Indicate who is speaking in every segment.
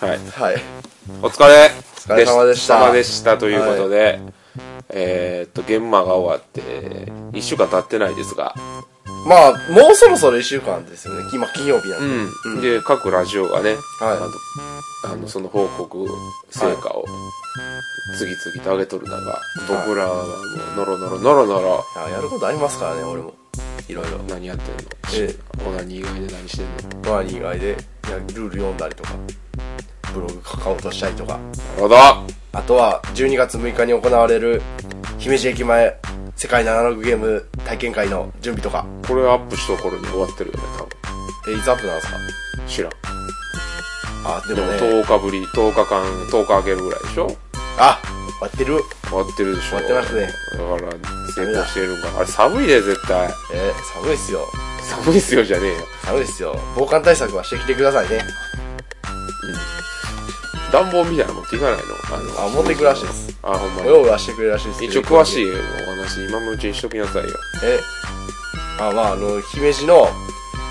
Speaker 1: はい。
Speaker 2: はい。
Speaker 1: お疲れ
Speaker 2: 疲れ様でした
Speaker 1: 様でしたということで、えーっと、現場が終わって、1週間経ってないですが、
Speaker 2: まあ、もうそろそろ一週間ですよね。今、金曜日なんで。
Speaker 1: うんで、各ラジオがね、
Speaker 2: は
Speaker 1: あの、あのその報告、成果を、次々と上げとる中、僕らはもう、ノロノロノロノロ、
Speaker 2: い。あやることありますからね、俺も。いろいろ。
Speaker 1: 何やってんの
Speaker 2: え
Speaker 1: オナニー以外で何してんの
Speaker 2: マニー以外で、いやルール読んだりとか、ブログ書こうとしたりとか。
Speaker 1: なるほど
Speaker 2: あとは、12月6日に行われる、姫路駅前、世界のアナログゲーム体験会の準備とか。
Speaker 1: これアップした頃に終わってるよね、多分。
Speaker 2: え、いつアップなんですか
Speaker 1: 知らん。
Speaker 2: あ、で
Speaker 1: で
Speaker 2: も
Speaker 1: も
Speaker 2: ね。
Speaker 1: 10日ぶり、10日間、10日あげるぐらいでしょ
Speaker 2: あ、終わってる。
Speaker 1: 終わってるでしょ
Speaker 2: 終わってますね
Speaker 1: だから成功してるんかあれ寒いで絶対
Speaker 2: えー寒いっすよ。
Speaker 1: 寒いっすよじゃねえよ
Speaker 2: 寒いっすよ。防寒対策はしてきてくださいね。
Speaker 1: 暖房みたいなの持っていかないのあの
Speaker 2: あ持っていくらしいです
Speaker 1: あほんま
Speaker 2: お用
Speaker 1: に
Speaker 2: 意はしてくれるらしいですけ
Speaker 1: 一
Speaker 2: ど
Speaker 1: 応詳しいお話今のうちにしときなさいよ
Speaker 2: えあまああの姫路の、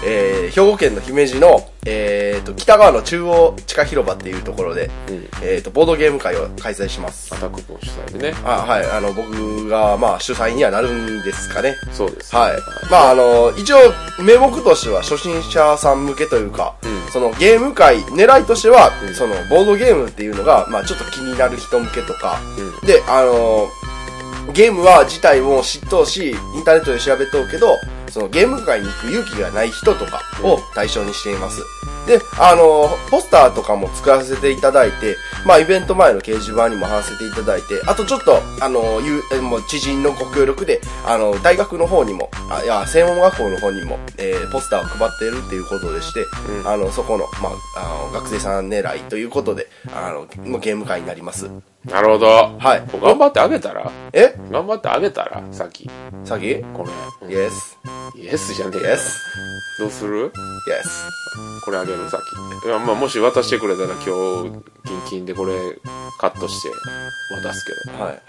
Speaker 2: えー兵庫県の姫路の、えー、と北側の中央地下広場っていうところで、
Speaker 1: うん
Speaker 2: えー、とボードゲーム会を開催します
Speaker 1: アタック君主催でね
Speaker 2: あはいあの僕がまあ主催にはなるんですかね
Speaker 1: そうです
Speaker 2: はいまああの一応名目としては初心者さん向けというか、
Speaker 1: うん
Speaker 2: そのゲーム会狙いとしては、
Speaker 1: ん
Speaker 2: そのボードゲームっていうのが、まあ、ちょっと気になる人向けとか、
Speaker 1: う
Speaker 2: で、あのーゲームは自体も知っとうし、インターネットで調べとうけど、そのゲーム会に行く勇気がない人とかを対象にしています。で、あのーポスターとかも作らせていただいて、まあ、イベント前の掲示板にも貼らせていただいて、あとちょっと、あのーゆうえもう知人のご協力で、あのー大学の方にも、あいや、専門学校の方にも、えーポスターを配っているっていうことでして、
Speaker 1: うん
Speaker 2: あの、そこの、まあ、あの、学生さん狙いということで、あの、もうゲーム会になります。
Speaker 1: いなるほど
Speaker 2: はい
Speaker 1: 頑張ってあげたら
Speaker 2: え
Speaker 1: 頑張ってあげたらさっき
Speaker 2: 詐欺
Speaker 1: これ、
Speaker 2: イエス、
Speaker 1: イエスじゃね
Speaker 2: イ
Speaker 1: え
Speaker 2: エ
Speaker 1: よ
Speaker 2: ス、
Speaker 1: どうする
Speaker 2: イエス。
Speaker 1: これあげるさっきいや、まあ、もし渡してくれたら今日キンキンでこれカットして渡すけど
Speaker 2: はい。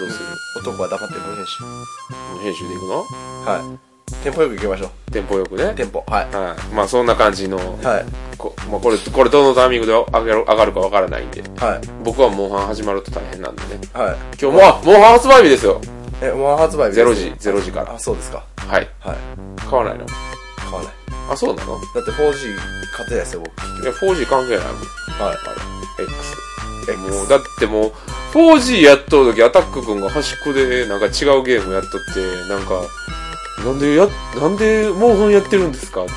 Speaker 1: どうする
Speaker 2: 男は黙ってご編集。
Speaker 1: もう編集でいくの
Speaker 2: はい。テンポよく行きましょ
Speaker 1: テンポよくね
Speaker 2: う。テンポ。はい。
Speaker 1: はいまあそんな感じの、
Speaker 2: はい。
Speaker 1: こまあ、これこれどのタイミングで上げる上がるかわからないんで
Speaker 2: はい。
Speaker 1: 僕はモンハン始まると大変なんでね
Speaker 2: はい。
Speaker 1: 今日もあモンハン発売日ですよ
Speaker 2: え、ワン発売日
Speaker 1: 0時0時から
Speaker 2: あ、そうですか。
Speaker 1: はい
Speaker 2: はい。
Speaker 1: 買わないの
Speaker 2: 買わない。
Speaker 1: あそうなの
Speaker 2: だって 4G 買ってないですよ、僕。
Speaker 1: いや 4G 関係ないもん
Speaker 2: はい。
Speaker 1: あれ X
Speaker 2: え、
Speaker 1: もうだってもう 4G やっとる時アタック君が端っこでなんか違うゲームやっとってなんかなんでやなんでモンハンやってるんですかって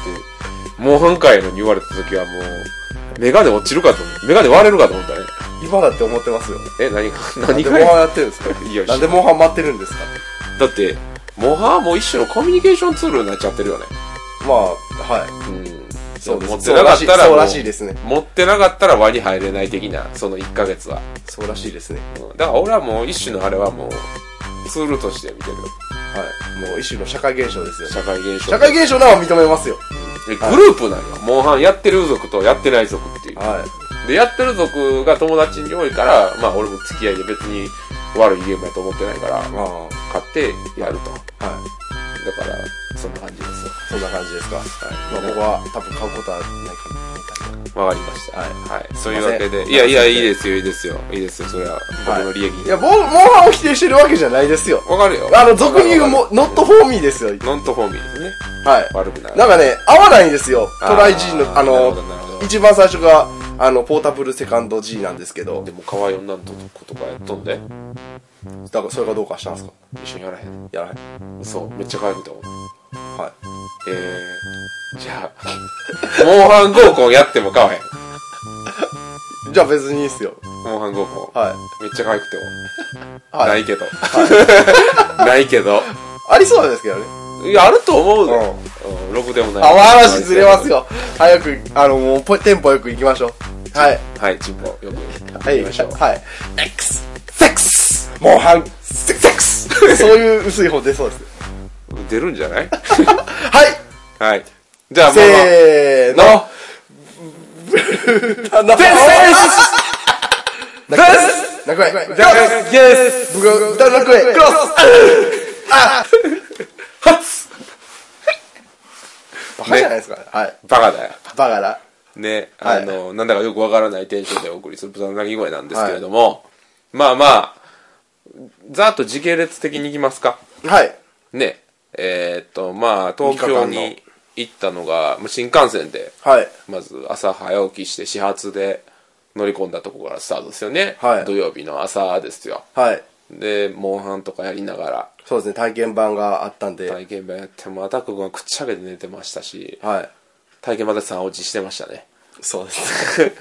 Speaker 1: モンハン界のに言われた時はもうメガネ落ちるかと思うメガネ割れるかと思ったね
Speaker 2: 今だって思ってますよ。
Speaker 1: え何が
Speaker 2: なん
Speaker 1: 何
Speaker 2: で
Speaker 1: が
Speaker 2: モンハンやってるんですか
Speaker 1: いや
Speaker 2: なんでモンハン待ってるんですか
Speaker 1: だってモンハンはもう一種のコミュニケーションツールになっちゃってるよね
Speaker 2: まあ、は
Speaker 1: うん
Speaker 2: い。そうです。
Speaker 1: 持ってなかったら
Speaker 2: そ
Speaker 1: もう
Speaker 2: うらしいそうらしいですね。
Speaker 1: 持ってなかったら輪に入れない的なその1ヶ月は、
Speaker 2: そうらしいですね。
Speaker 1: うんだから俺はもう一種のあれはもうツールとして見てるよ
Speaker 2: はい。もう一種の社会現象ですよ。
Speaker 1: 社会現象
Speaker 2: 社会現象なら認めますよ。
Speaker 1: でグループなのよ。モンハンやってる族とやってない族っていう。
Speaker 2: は
Speaker 1: で、やってる族が友達に多いから、まあ俺も付き合いで別に悪いゲームやと思ってないから、
Speaker 2: い。
Speaker 1: ま
Speaker 2: ま
Speaker 1: あ
Speaker 2: あ、
Speaker 1: 買ってやると。だ
Speaker 2: はい。
Speaker 1: から、そんな感じですよ。
Speaker 2: そんな感じですか。はい。まあ、僕は多分買うことはないかなと思っ
Speaker 1: わかりました。
Speaker 2: はい
Speaker 1: はい。
Speaker 2: す
Speaker 1: そう
Speaker 2: い
Speaker 1: い
Speaker 2: ません
Speaker 1: うわけで、いやいや、いいですよ、いいですよ。いいですよ、それは。僕の利益
Speaker 2: た
Speaker 1: に。
Speaker 2: いや、モン、モンハンを否定してるわけじゃないですよ。
Speaker 1: わかるよ。
Speaker 2: あの、俗に言う
Speaker 1: わ
Speaker 2: も
Speaker 1: か、る
Speaker 2: ノットホーミーですよ。は
Speaker 1: ノントフォーミーですね。
Speaker 2: い。
Speaker 1: 悪くない。
Speaker 2: なんかね、合わないんですよ。
Speaker 1: あー
Speaker 2: トライ G の、
Speaker 1: な
Speaker 2: あ
Speaker 1: るほど
Speaker 2: の
Speaker 1: なるほ、ど
Speaker 2: 一番最初が、あの、ポータブルセカンド G なんですけど
Speaker 1: で、も可愛い女の子とかやっとんで、
Speaker 2: だからそれがどうかしたんですか
Speaker 1: 一緒にやらへん。
Speaker 2: やらへん。
Speaker 1: そう、めっちゃ可愛くて思う。
Speaker 2: は
Speaker 1: えー、じゃ あ、モンハン合コンやっても買わへん。
Speaker 2: い。じゃあ別にいいっすよ。
Speaker 1: モンハン合コン。
Speaker 2: はい。
Speaker 1: めっちゃ可愛くても。
Speaker 2: は。
Speaker 1: ないいけど。 ないけど。
Speaker 2: ありそうなんですけどね。
Speaker 1: いや、あると思う
Speaker 2: う
Speaker 1: よ。
Speaker 2: ん。
Speaker 1: うん、ろくでもない。
Speaker 2: あ、お話ずれます。よ。早く、あの、もうポ、テンポよく行きましょう。はい。
Speaker 1: はい、チンポ、よく。
Speaker 2: は
Speaker 1: 行
Speaker 2: い。
Speaker 1: きましょう。
Speaker 2: はい。X! セックスモンハンセックスそういう薄い方出そうです。
Speaker 1: 出るんじゃない
Speaker 2: はい
Speaker 1: はい。じゃあ、も
Speaker 2: せーの
Speaker 1: う、の、
Speaker 2: あな泣く声泣く声じゃあ、
Speaker 1: イエス
Speaker 2: 僕が歌う泣く声クロスああ初バカじゃないですか。はい。
Speaker 1: バカだよ。
Speaker 2: バカだ。
Speaker 1: ね、
Speaker 2: は
Speaker 1: あ
Speaker 2: い
Speaker 1: の、なんだかよくわからないテンションでお送りする豚の鳴き声なんですけれども、まあまあ、ざーっと時系列的にいきますか。
Speaker 2: はい。
Speaker 1: ね、えーっと、まあ、東京に行ったのが、まあ新幹線で、
Speaker 2: はい。
Speaker 1: まず朝早起きして始発で乗り込んだとこからスタートですよね。
Speaker 2: はい
Speaker 1: 土曜日の朝ですよ。
Speaker 2: はい。
Speaker 1: で、モンハンとかやりながら、
Speaker 2: そうですね、体験版があったんで。はい。
Speaker 1: 体験版やっても、アタック君はくっちゃけて寝てましたし、体験版で3落ちしてました ね。
Speaker 2: そうですね。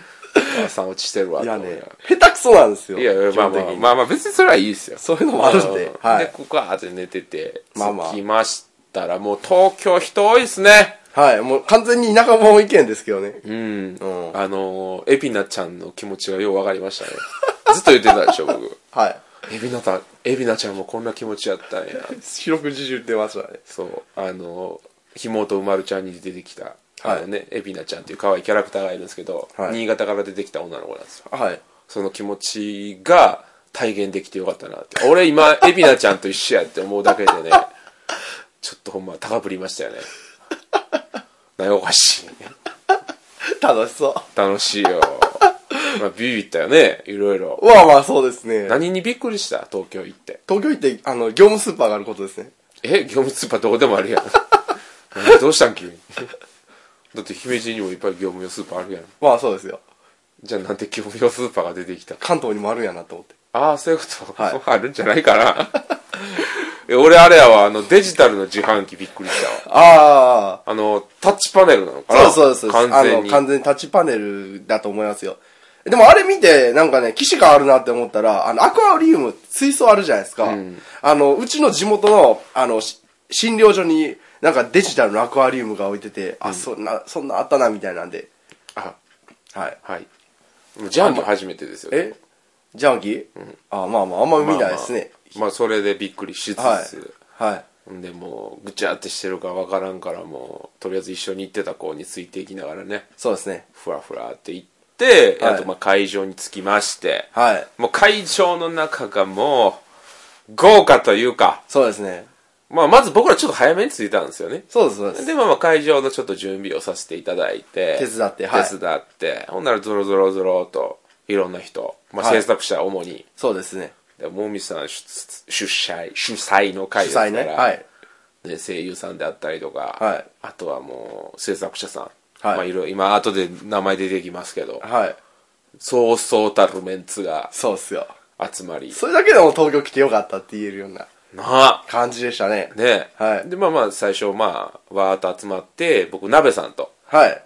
Speaker 1: 3落ちしてるわ。
Speaker 2: い
Speaker 1: と
Speaker 2: や
Speaker 1: 思
Speaker 2: ね
Speaker 1: がら、
Speaker 2: 下手くそなんですよ。
Speaker 1: いやいや、
Speaker 2: 基
Speaker 1: まあ
Speaker 2: 本
Speaker 1: ま
Speaker 2: 的
Speaker 1: あ、
Speaker 2: に
Speaker 1: まあまあ別にそれはいいですよ。
Speaker 2: そういうのもあるんで
Speaker 1: うん
Speaker 2: はい
Speaker 1: で、ここはーって寝てて、
Speaker 2: まあまあ
Speaker 1: 着きましたら、もう東京人多いですね。
Speaker 2: はい。もう完全に田舎者意見ですけどね。
Speaker 1: うん。
Speaker 2: うん
Speaker 1: あのー、エピナちゃんの気持ちがようわかりましたね。 ずっと言ってたでしょ、僕。
Speaker 2: はい。
Speaker 1: エビナた、エビナちゃんもこんな気持ちやったんや。
Speaker 2: 四六時中出ましたね。
Speaker 1: そう。あのー、ひもとうまるちゃんに出てきた、
Speaker 2: はい
Speaker 1: あのね、エビナちゃんっていう可愛いキャラクターがいるんですけど、
Speaker 2: はい
Speaker 1: 新潟から出てきた女の子なんですよ。
Speaker 2: はい。
Speaker 1: その気持ちが体現できてよかったなって。俺 今、エビナちゃんと一緒やって思うだけでね、ちょっとほんま高ぶりましたよね。なよかしい。
Speaker 2: 楽しそ。
Speaker 1: 楽しいよ。まあ、ビビったよね、いろいうろ。
Speaker 2: まあまあ、そうですね。
Speaker 1: 何にびっくりした東京行って。
Speaker 2: 東京行って、あの、業務スーパーがあることですね。
Speaker 1: え業務スーパーどこでもあるやん。 何どうしたん急に。だって姫路にもいっぱい業務用スーパーあるやん。
Speaker 2: まあそうですよ。
Speaker 1: じゃあなんで業務用スーパーが出てきた
Speaker 2: 関東にもあるんやなと思って。
Speaker 1: ああ、そういうこと、
Speaker 2: はい
Speaker 1: あるんじゃないかな。 え俺あれやわ、あの、デジタルの自販機びっくりしたわ。
Speaker 2: ああ。
Speaker 1: あの、タッチパネルなのかな
Speaker 2: そうですそうです。
Speaker 1: 完全
Speaker 2: あ
Speaker 1: に。
Speaker 2: の、完全にタッチパネルだと思いますよ。でもあれ見て、なんかね、騎士感あるなって思ったら、あの、アクアリウム、水槽あるじゃないですか。あの、うちの地元の、あの、し診療所に、なんかデジタルのアクアリウムが置いてて、あ、そんな、そんなあったな、みたいなんで。
Speaker 1: あ、
Speaker 2: はい。
Speaker 1: はい。自販機初めてですよ。
Speaker 2: えジャンキー、あ、まあまあ、あん
Speaker 1: まあま
Speaker 2: ま
Speaker 1: あ
Speaker 2: 見ないですね。
Speaker 1: まあ、それでびっくりしつつ。
Speaker 2: はい。はい。
Speaker 1: でもうぐちゃってしてるかわからんからもうとりあえず一緒に行ってた子についていきながらね
Speaker 2: そうですね。
Speaker 1: ふらふらって行って、
Speaker 2: はい
Speaker 1: あとまあ会場に着きまして、
Speaker 2: はい。
Speaker 1: もう会場の中がもう豪華というか、
Speaker 2: そうですね。
Speaker 1: まあ、まず僕らちょっと早めに着いたんですよね
Speaker 2: そうです、そうです。
Speaker 1: で、まあ、まあ会場のちょっと準備をさせていただいて
Speaker 2: 手伝ってはい
Speaker 1: 手伝ってほんならゾロゾロゾロといろんな人、まあ、
Speaker 2: はい
Speaker 1: 制作者主に、
Speaker 2: そうですね。
Speaker 1: でもみさん主主催主催の会で
Speaker 2: 主
Speaker 1: すから
Speaker 2: 催ね。はい。
Speaker 1: で声優さんであったりとか、
Speaker 2: はい
Speaker 1: あとはもう制作者さん、
Speaker 2: はい
Speaker 1: まあ、いろいろ今後で名前出てきますけど
Speaker 2: はい。
Speaker 1: そうそうたるメンツが
Speaker 2: そうっすよ。
Speaker 1: 集まり
Speaker 2: それだけでも東京来てよかったって言えるような
Speaker 1: なあ
Speaker 2: 感じでしたね。
Speaker 1: ねえ、
Speaker 2: はい
Speaker 1: でまあまあ最初まあわーっと集まって僕鍋さんと
Speaker 2: はい。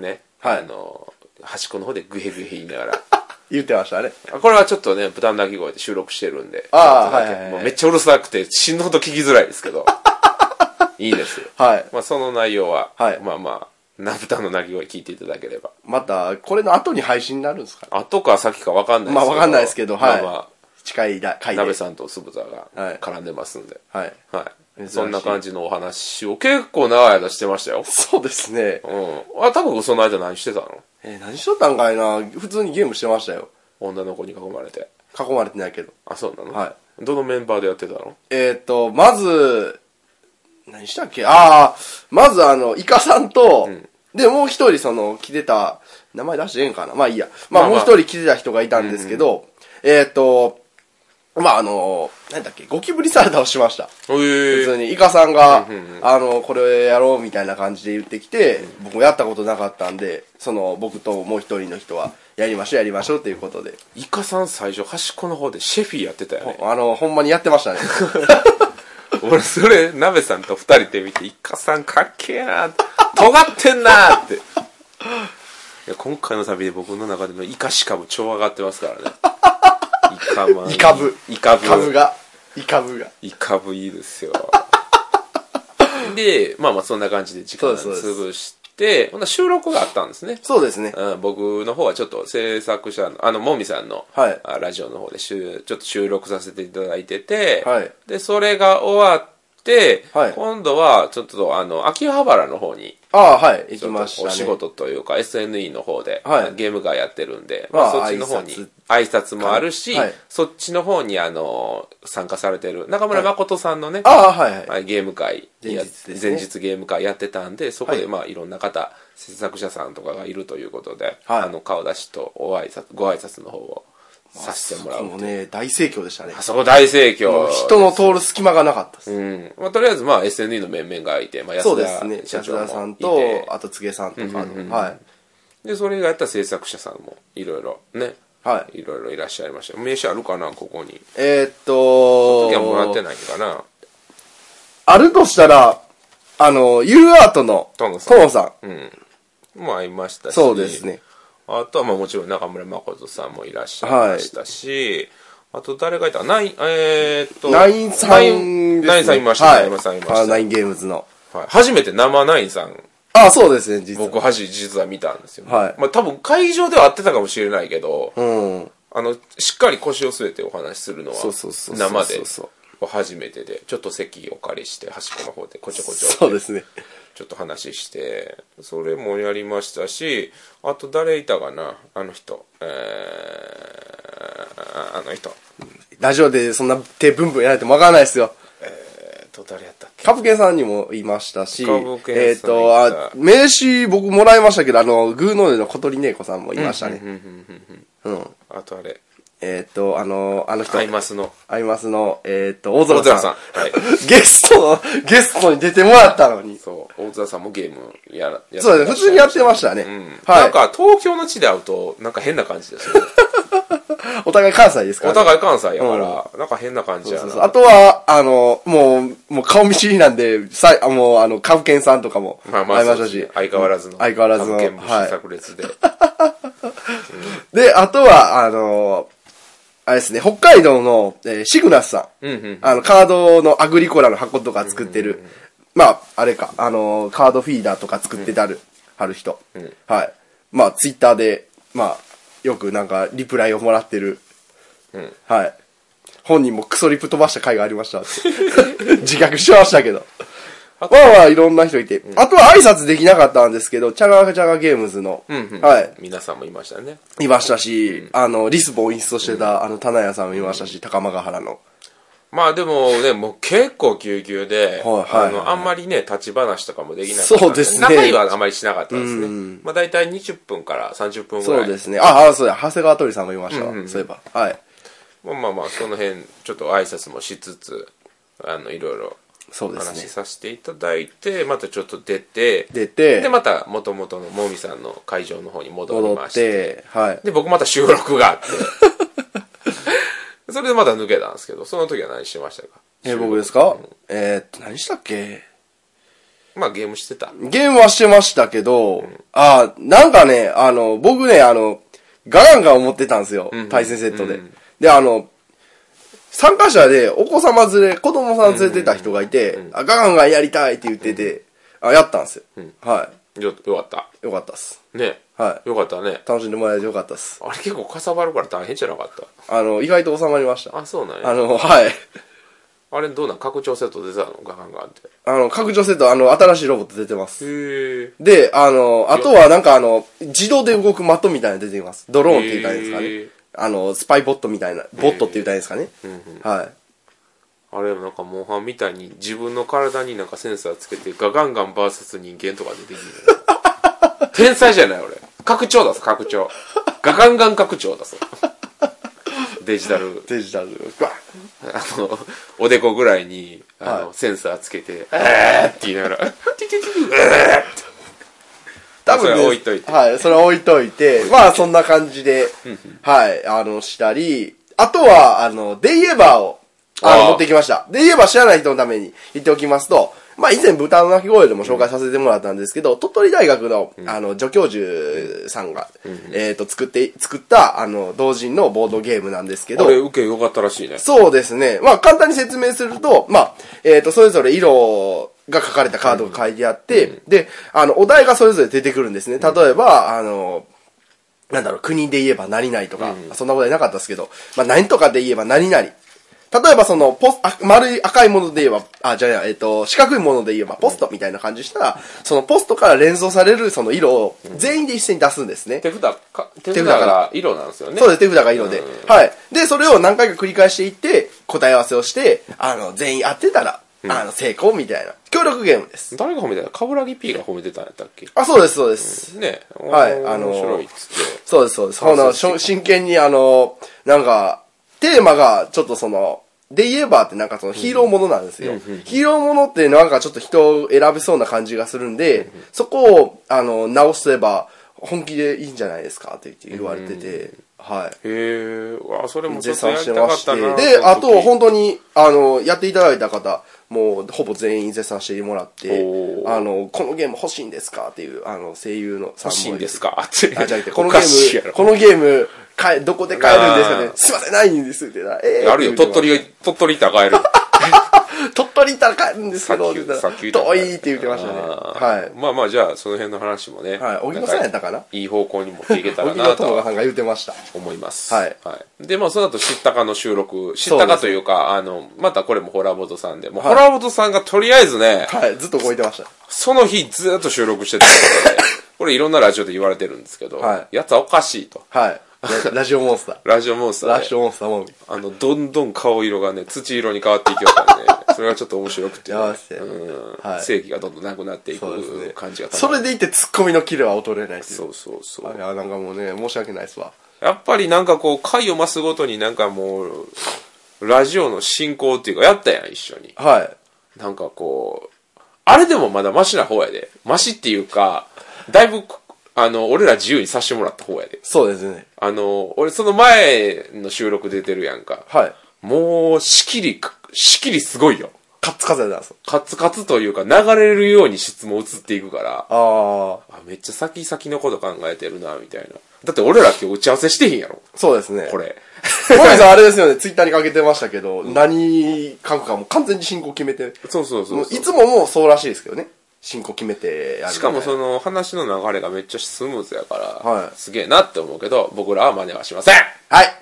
Speaker 1: ね、
Speaker 2: はい
Speaker 1: あの端っこの方でグヘグヘ言いながら
Speaker 2: 言ってましたね。
Speaker 1: あこれはちょっとね豚の鳴き声で収録してるんで
Speaker 2: ああ
Speaker 1: ちょっとだけ
Speaker 2: はいはいはい
Speaker 1: もうめっちゃうるさくて死ぬほど聞きづらいですけど いいですよ、
Speaker 2: はい。
Speaker 1: まあ、その内容は、
Speaker 2: はい
Speaker 1: まあまあな豚の鳴き声聞いていただければ
Speaker 2: また、これの後に配信になるんですかね
Speaker 1: 後か先か分かんない
Speaker 2: まあわかんないですけど、はい。
Speaker 1: まあま
Speaker 2: 近いだ
Speaker 1: あ、
Speaker 2: 回で。
Speaker 1: 鍋さんと酢豚が
Speaker 2: はい
Speaker 1: 絡んでますんで。
Speaker 2: はい。
Speaker 1: はい。
Speaker 2: 珍しい
Speaker 1: そんな感じのお話を結構長い間してましたよ。
Speaker 2: そうですね。
Speaker 1: うん。あ、たぶんその間何してたの
Speaker 2: えー何しとったんかいな普通にゲームしてましたよ。
Speaker 1: 女の子に囲まれて。
Speaker 2: 囲まれてないけど。
Speaker 1: あ、そうなの
Speaker 2: は
Speaker 1: どのメンバーでやってたの
Speaker 2: えーっと、まず、何したっけああ、まずあの、イカさんと、で、もう一人その、着てた、名前出してええんかなまあいいや。まあ、
Speaker 1: まあまあ
Speaker 2: もう一人着てた人がいたんですけど、えーっと、まああの、何だっけ、ゴキブリサラダをしました。普
Speaker 1: え
Speaker 2: 通
Speaker 1: え。
Speaker 2: に、イカさんが
Speaker 1: うんうん、
Speaker 2: あの、これやろうみたいな感じで言ってきて、僕もやったことなかったんで、その、僕ともう一人の人は、やりましょうやりましょうっていうことで、
Speaker 1: イカさん最初端っこの方でシェフィーやってたよね。
Speaker 2: あの、ほんまにやってました ね。
Speaker 1: 俺それ、鍋さんと二人で見て、イカさんかっけえな尖ってんなって。いや、今回の旅で僕の中でのイカしかぶ超上がってますからね。イカマン。
Speaker 2: イカブ
Speaker 1: イカブ。
Speaker 2: 株が、イカブが。
Speaker 1: イカブいいですよ。で、まあまあそんな感じで時間を
Speaker 2: そうですそう
Speaker 1: 潰して、ほんなら収録があったんですね。
Speaker 2: そうですね。
Speaker 1: うん、僕の方はちょっと制作者の、あの、もみさんの、
Speaker 2: はい
Speaker 1: あラジオの方でしゅちょっと収録させていただいてて、
Speaker 2: はい
Speaker 1: で、それが終わって、
Speaker 2: はい
Speaker 1: 今度はちょっとあの、秋葉原の方に
Speaker 2: ああ、はい、行
Speaker 1: ち
Speaker 2: き
Speaker 1: ょ
Speaker 2: ま
Speaker 1: っ
Speaker 2: した
Speaker 1: と
Speaker 2: ね。
Speaker 1: お仕事というか SNE の方で、
Speaker 2: はい
Speaker 1: ゲーム会やってるんで、
Speaker 2: まあ
Speaker 1: そっちの方に挨拶もあるし、
Speaker 2: はい
Speaker 1: そっちの方にあの参加されてる中村誠さんのね、
Speaker 2: ああ、はい、はい。
Speaker 1: はいゲーム会や
Speaker 2: 前日ですね
Speaker 1: 前日ゲーム会やってたんでそこ
Speaker 2: は
Speaker 1: で
Speaker 2: い
Speaker 1: まあいろんな方制作者さんとかがいるということで、
Speaker 2: はい
Speaker 1: あの顔出しとお挨拶ご挨拶の方をさせてもらう
Speaker 2: もうね、大盛況でしたね
Speaker 1: あ。そこ大盛況
Speaker 2: もう人の通る隙間がなかったです。
Speaker 1: うんまあ、とりあえず、まあ、SNE の面々がいて、まあ、
Speaker 2: そう
Speaker 1: 安
Speaker 2: で
Speaker 1: 田
Speaker 2: すね。
Speaker 1: 社長もい
Speaker 2: 安田
Speaker 1: て
Speaker 2: さんと、あと、柘植さんとかの、はい。
Speaker 1: でそれがやった制作者さんもいろいろね、
Speaker 2: はい
Speaker 1: いろいろいらっしゃいました名刺あるかなここに
Speaker 2: えー、っと
Speaker 1: 時はもらってないかな
Speaker 2: あるとしたら、あの、ユーアートの、
Speaker 1: トノさん
Speaker 2: トノさん。
Speaker 1: うんもう会いましたし
Speaker 2: そうですね
Speaker 1: あとはまあもちろん中村誠さんもいらっしゃいましたし、あと誰がいたナインえー、っと
Speaker 2: ナインさ
Speaker 1: ナイ
Speaker 2: ん
Speaker 1: ン
Speaker 2: ですね、
Speaker 1: ナインさんいました、
Speaker 2: は
Speaker 1: ナインさんいました
Speaker 2: あナインゲームズの。
Speaker 1: はい初めて生ナインさん
Speaker 2: あ、そうですね、実は。
Speaker 1: 僕はじ実は見たんですよ、
Speaker 2: はい
Speaker 1: まあ、多分会場では会ってたかもしれないけど、
Speaker 2: うん。
Speaker 1: あのしっかり腰を据えてお話しするのは
Speaker 2: そうそうそうそう
Speaker 1: 生で
Speaker 2: そうそう
Speaker 1: 初めてでちょっと席お借りして端っこの方でこちょこちょ
Speaker 2: そうですね。
Speaker 1: ちょっと話してそれもやりましたしあと誰いたかなあの人えー、あの人
Speaker 2: ラジオでそんな手ブンブンやられてもわからないですよ。
Speaker 1: えっと誰やったっけ
Speaker 2: カブケンさんにもいましたし、
Speaker 1: カブケ
Speaker 2: え
Speaker 1: ン
Speaker 2: っ、
Speaker 1: さんい
Speaker 2: と
Speaker 1: た
Speaker 2: あ、名刺僕もらいましたけど、あの、グーノーデの小鳥姉子さんもいましたね。うん。
Speaker 1: あとあれ
Speaker 2: えっ、と、あの、あの人、
Speaker 1: アイマスの
Speaker 2: アイマスの、えっ、と、大
Speaker 1: 大
Speaker 2: 空さ
Speaker 1: 空
Speaker 2: ん。
Speaker 1: さんはい
Speaker 2: ゲストの、ゲストに出てもらったのに。
Speaker 1: そう大空さんもゲームやらや
Speaker 2: そうですね、普通にやって
Speaker 1: ま
Speaker 2: ましたね。
Speaker 1: うん
Speaker 2: は
Speaker 1: なん
Speaker 2: い。
Speaker 1: か東京の地で会うとなんか変な感じですよね
Speaker 2: お互い関西ですから、
Speaker 1: お互い関西やから、なんか変な感じやな
Speaker 2: そうそうあとは、あの、もう、もう顔見知りなんで、さいあもう、あの、カブケンさんとかも、
Speaker 1: まあま
Speaker 2: 会いま
Speaker 1: あ、そ
Speaker 2: した
Speaker 1: うですね
Speaker 2: し。
Speaker 1: 相変わらずの。
Speaker 2: 相変わらずの
Speaker 1: 発見物
Speaker 2: はい
Speaker 1: 炸裂で。
Speaker 2: で、あとは、あのあれですね、北海道の、えーシグナスさん。
Speaker 1: うんうん
Speaker 2: あの、カードのアグリコラの箱とか作ってる。まあ、あれか、あのカードフィーダーとか作ってたる、ある人。はい。まあ、ツイッターで、まあ、よくなんか、リプライをもらってる。
Speaker 1: ん
Speaker 2: はい。本人もクソリプ飛ばした回がありました って。自覚してましたけど。まあまあ、いろんな人いて。あとは挨拶できなかったんですけど、チャガチャガゲームズの、
Speaker 1: うんうん
Speaker 2: はい。
Speaker 1: 皆さんもいましたね。
Speaker 2: いましたし、あの、リスボンをインストしてた、あの、棚屋さんもいましたし、高間ヶ原の。
Speaker 1: まあでもね、もう結構ぎゅうぎゅうで、
Speaker 2: はいはい
Speaker 1: あの、あんまりね、立ち話とかもできなかったん。
Speaker 2: そうですね
Speaker 1: 長いはあまりしなかったですね。まあ大体20分から30分ぐらい。
Speaker 2: そうですね。あ、あ、そうや、長谷川鳥さんもいましたわ、
Speaker 1: うんうん
Speaker 2: そういえば。はい。
Speaker 1: まあまあまあ、その辺、ちょっと挨拶もしつつ、あの、いろいろ、
Speaker 2: そうですね
Speaker 1: 話させていただいて、またちょっと出て、
Speaker 2: 出て
Speaker 1: で、また元々のもみさんの会場の方に戻り
Speaker 2: 戻
Speaker 1: ま
Speaker 2: っ
Speaker 1: して、
Speaker 2: て、はい。
Speaker 1: で、僕また収録があって。 それでまた抜けたんですけど、その時は何してましたか
Speaker 2: え、僕ですかえーっと、何したっけ
Speaker 1: まあゲームしてた。
Speaker 2: ゲームはしてましたけど、あ、なんかね、あの、僕ね、あの、ガランガン持ってたんですよ、対戦セットで。で、あの、参加者でお子様連れ、子供さん連れてた人がいて、あガランガンやりたいって言ってて、あ、やったんですよ。は
Speaker 1: よ、よかった。
Speaker 2: い。よかったっす。
Speaker 1: ね。
Speaker 2: はい
Speaker 1: よかったね。
Speaker 2: 楽しんでもらえてよかったっす。
Speaker 1: あれ結構かさばるから大変じゃなかっ。
Speaker 2: あの、意外と収まりましたた。
Speaker 1: あ、そうなん
Speaker 2: あ
Speaker 1: や。
Speaker 2: の、はい。
Speaker 1: あれどうなん拡張セット出たのガガンガンって。
Speaker 2: あの、拡張セット、あの、新しいロボット出てます。
Speaker 1: へえ。
Speaker 2: で、あの、あとはなんかあの、自動で動く的みたいなの出てきます。ドローンって言ったらいいんですか
Speaker 1: へ
Speaker 2: ね
Speaker 1: ー。
Speaker 2: あの、スパイボットみたいな、ボットって言ったらいいんですかね。はい。
Speaker 1: あれなんかモンハンみたいに自分の体になんかセンサーつけてガガンガン VS 人間とか出てきて天才じゃない俺。拡張だぞ、拡張。ガガンガン拡張だぞ。デジタル
Speaker 2: デジタル。うわ
Speaker 1: あの、おでこぐらいに、あの、
Speaker 2: は
Speaker 1: センサーつけて、えーって言いながら、ティティティティえーって
Speaker 2: 多分、
Speaker 1: それ
Speaker 2: ね、
Speaker 1: は置いといて
Speaker 2: はい、それは置いといて、まあそんな感じで、はい、あの、したり、あとは、あの、デイエバーを、あ
Speaker 1: あ
Speaker 2: の、
Speaker 1: ー
Speaker 2: 持ってきました。デイエバー知らない人のために言っておきますと、まあ以前豚の鳴き声でも紹介させてもらったんですけど、鳥取大学の、あの、助教授さんが、えっと、作って、作った、あの、同人のボードゲームなんですけど
Speaker 1: こ、れ受け良かったらしいね。
Speaker 2: そうですね。まあ、簡単に説明すると、まあ、えっ、と、それぞれ色が書かれたカードが書いてあって、で、あの、お題がそれぞれ出てくるんですね。例えば、あの、なんだろう、国で言えば何々とか、そんなことはなかったですけど、まあ、何とかで言えば何々。例えばその、ポス、あ丸い赤いもので言えば、あ、じゃあえっ、と、四角いもので言えば、ポストみたいな感じしたら、そのポストから連想されるその色を全員で一斉に出すんですね。
Speaker 1: 手札か、手札
Speaker 2: 札が
Speaker 1: が色なんですよね。
Speaker 2: そうです、手札が色で。はい。で、それを何回か繰り返していって、答え合わせをして、あの、全員当てたら、あの、成功みたいな。協力ゲームです。
Speaker 1: 誰が褒めてたカブラギ P が褒めてたんやったっけ
Speaker 2: あ、そうです、そうです。
Speaker 1: ねえ。
Speaker 2: はいあのー
Speaker 1: 面白いっつって。
Speaker 2: そうです、そうです。
Speaker 1: そう
Speaker 2: ほ
Speaker 1: そう
Speaker 2: な、しょ真剣にあの、なんか、テーマがちょっとその、で言えばってなんかそのヒーローものなんですよ。ヒーローものってなんかちょっと人を選べそうな感じがするんで、そこを、あの、直せば本気でいいんじゃないですかって言って言われてて、は
Speaker 1: へ
Speaker 2: い。
Speaker 1: え、うわ、それもちょ
Speaker 2: 絶
Speaker 1: っとやり
Speaker 2: 賛したて
Speaker 1: か
Speaker 2: ま
Speaker 1: っ
Speaker 2: して
Speaker 1: たな。
Speaker 2: であと
Speaker 1: ほん
Speaker 2: 本当にあのやっていただいた方もうほぼ全員絶賛してもらって
Speaker 1: おー
Speaker 2: あのこのゲーム欲しいんですかっていうあの声優の
Speaker 1: 欲しいんです
Speaker 2: か
Speaker 1: かって。
Speaker 2: あじゃなくてこの
Speaker 1: お
Speaker 2: ゲ
Speaker 1: かしいや
Speaker 2: ーム
Speaker 1: ろ
Speaker 2: このゲーム買えどこで買えるんですかね
Speaker 1: あー
Speaker 2: すいませんないんですって言ったらえー
Speaker 1: あるよ、鳥取が、鳥取行ったら 帰る。
Speaker 2: 鳥取行ったら買えるんですけどって
Speaker 1: 言
Speaker 2: 言
Speaker 1: う
Speaker 2: っ
Speaker 1: さ
Speaker 2: たたら
Speaker 1: っき言
Speaker 2: 遠
Speaker 1: った
Speaker 2: いって言ってましたねは
Speaker 1: まあまあ、じゃあ、その辺の話もね。
Speaker 2: いはい荻野さんやったかな
Speaker 1: ないい方向に持っていけたら
Speaker 2: 荻
Speaker 1: な
Speaker 2: 野
Speaker 1: と
Speaker 2: 友
Speaker 1: は
Speaker 2: 香さんが言ってました
Speaker 1: 思います。
Speaker 2: はい
Speaker 1: で、まあ、その後、知ったかの収録、知ったかというか、あの、またこれもホラーボトさんで、もう、
Speaker 2: はい
Speaker 1: ホラーボトさんがとりあえずね、
Speaker 2: はいずっと動いてました
Speaker 1: その日ずっと収録して たので、これいろんなラジオで言われてるんですけど、
Speaker 2: は
Speaker 1: やつはおかしいと。
Speaker 2: はいララジオモンスター
Speaker 1: ラジオモンスター
Speaker 2: ラ
Speaker 1: で
Speaker 2: ジオモンスターも
Speaker 1: あの、どんどん顔色がね、土色に変わっていきよったんで、 それがちょっと面白くて、
Speaker 2: やばいっすね
Speaker 1: うん
Speaker 2: はい
Speaker 1: 正義がどんどんなくなってい
Speaker 2: そうです
Speaker 1: く
Speaker 2: ね
Speaker 1: 感じが
Speaker 2: そ
Speaker 1: たま
Speaker 2: れでいてツッコミのキレは劣れないっていう
Speaker 1: そうそうそ
Speaker 2: あ
Speaker 1: う。
Speaker 2: れはなんかもうね、申し訳ないですわ。
Speaker 1: やっぱりなんかこう、回を増すごとになんかもう、ラジオの進行っていうか、やったやん、一緒に。
Speaker 2: はい。
Speaker 1: なんかこう、あれでもまだマシな方やで。マシっていうか、だいぶ、あの、俺ら自由にさせてもらった方やで。
Speaker 2: そうですね。
Speaker 1: あの、俺その前の収録出てるやんか。
Speaker 2: はい。
Speaker 1: もう、しきり、しきりすごいよ。
Speaker 2: カッツカツやったんですよ。
Speaker 1: カツカツというか、流れるように質問移っていくから、
Speaker 2: ああ、
Speaker 1: あ、めっちゃ先々のこと考えてるな、みたいな。だって俺ら今日打ち合わせしてへんやろ、
Speaker 2: そうですね。
Speaker 1: こ。れ。
Speaker 2: モミさんあれです よね、ツイッターにかけてましたけど、何書くかもう完全に進行決めて。
Speaker 1: そうそうそう
Speaker 2: もう
Speaker 1: そう
Speaker 2: いつももうそうらしいですけどね。進行決めてやる。
Speaker 1: しかもそ
Speaker 2: の、
Speaker 1: の話の流れがめっちゃスムーズやから、
Speaker 2: はい
Speaker 1: すげえなって思うけど、僕らは真似はしません
Speaker 2: はい。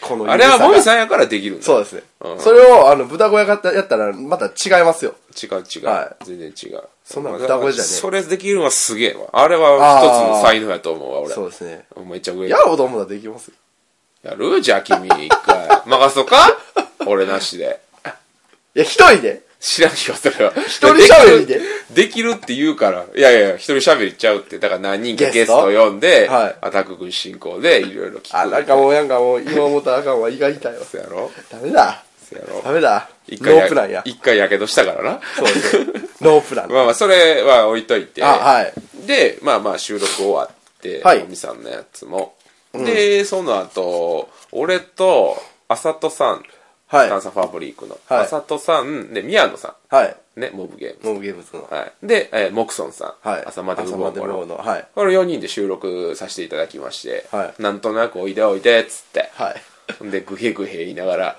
Speaker 2: この
Speaker 1: あれはモミ
Speaker 2: ん。
Speaker 1: さんやからできるんだ
Speaker 2: そう
Speaker 1: よ
Speaker 2: ですね
Speaker 1: うん。
Speaker 2: それを、あの、豚小屋がやったら、また違いますよ。
Speaker 1: 違う違う、
Speaker 2: は
Speaker 1: 全然違う
Speaker 2: そんな
Speaker 1: まあ
Speaker 2: 豚声じゃねえ
Speaker 1: それできるのはすげえわあれは一つの才能やと思うわ俺
Speaker 2: そうですね。
Speaker 1: めっちゃ上
Speaker 2: やろうと思ったらできますよ。
Speaker 1: やるじゃあ君一 回任そうか俺なしで
Speaker 2: いや、一人で。
Speaker 1: 知らんよそれは一
Speaker 2: 人喋りで
Speaker 1: できるって言うからいやいや一人喋りちゃうってだから何人かゲ
Speaker 2: ゲ
Speaker 1: ス
Speaker 2: ス
Speaker 1: ト
Speaker 2: ト
Speaker 1: 呼んで、
Speaker 2: はい
Speaker 1: アタック君進行でいろいろ聞く
Speaker 2: あ、なんかもう、なんかもう、今思ったらあかんわ、胃が痛いわ。
Speaker 1: そうやろ
Speaker 2: ダメだ。
Speaker 1: そうやろ
Speaker 2: ダメだ。
Speaker 1: 一回
Speaker 2: ノ
Speaker 1: や
Speaker 2: ープランや。
Speaker 1: 一回やけどしたからな
Speaker 2: そうですね。ノープラ ン。
Speaker 1: まあまあそれは置いといて
Speaker 2: あ、はい。
Speaker 1: で、まあまあ収録終わって、
Speaker 2: はい
Speaker 1: おみさんのやつも。で、その後、俺と、あさとさん、
Speaker 2: はい
Speaker 1: ダンサーファブリークの、
Speaker 2: はい
Speaker 1: あさとさん、で、宮野さ
Speaker 2: はい。
Speaker 1: ん、ね、モブゲーム。
Speaker 2: ノーゲームズの。
Speaker 1: はい。で、えーモクソンさん、
Speaker 2: はい。
Speaker 1: 朝まで
Speaker 2: 朝
Speaker 1: 不
Speaker 2: ま
Speaker 1: 合
Speaker 2: で
Speaker 1: コ
Speaker 2: ロー
Speaker 1: の。
Speaker 2: の。はい。
Speaker 1: これ4人で収録させていただきまして、
Speaker 2: は
Speaker 1: なんとなくおいでおいで、つって。
Speaker 2: はい。
Speaker 1: ほんで、グヘグヘ言いながら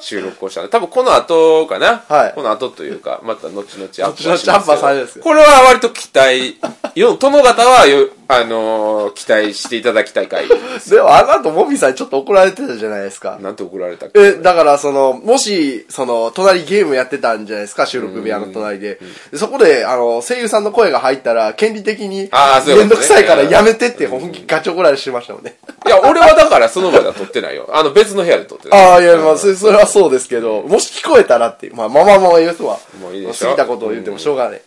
Speaker 1: 収録をしたの多分この後かな、
Speaker 2: はい
Speaker 1: この後というか、また後々アップ
Speaker 2: 後々アップはされるんですよ
Speaker 1: これは割と期待、よ殿方はよ、あのー期待していただきたい回。
Speaker 2: でも、あの後、モビーさんにちょっと怒られてたじゃないですか。
Speaker 1: なんて怒られたっけ
Speaker 2: え、だから、その、もし、その、隣ゲームやってたんじゃないですか、収録部屋の隣で。でそこで、あの、声優さんの声が入ったら、権利的に、
Speaker 1: あーそうい
Speaker 2: め
Speaker 1: うんこ
Speaker 2: ど
Speaker 1: とね
Speaker 2: くさいからやめてって、本気ガチ怒られしてましたもんね。
Speaker 1: いや、俺はだからその場では撮ってないよ。あの、別の部屋で撮ってない。
Speaker 2: ああ、いや、まあ、それそれはそうですけど、もし聞こえたらっていう、まあ、まあまあまあ言うとは、
Speaker 1: もういいでしょ
Speaker 2: 過ぎたことを言ってもしょうがない。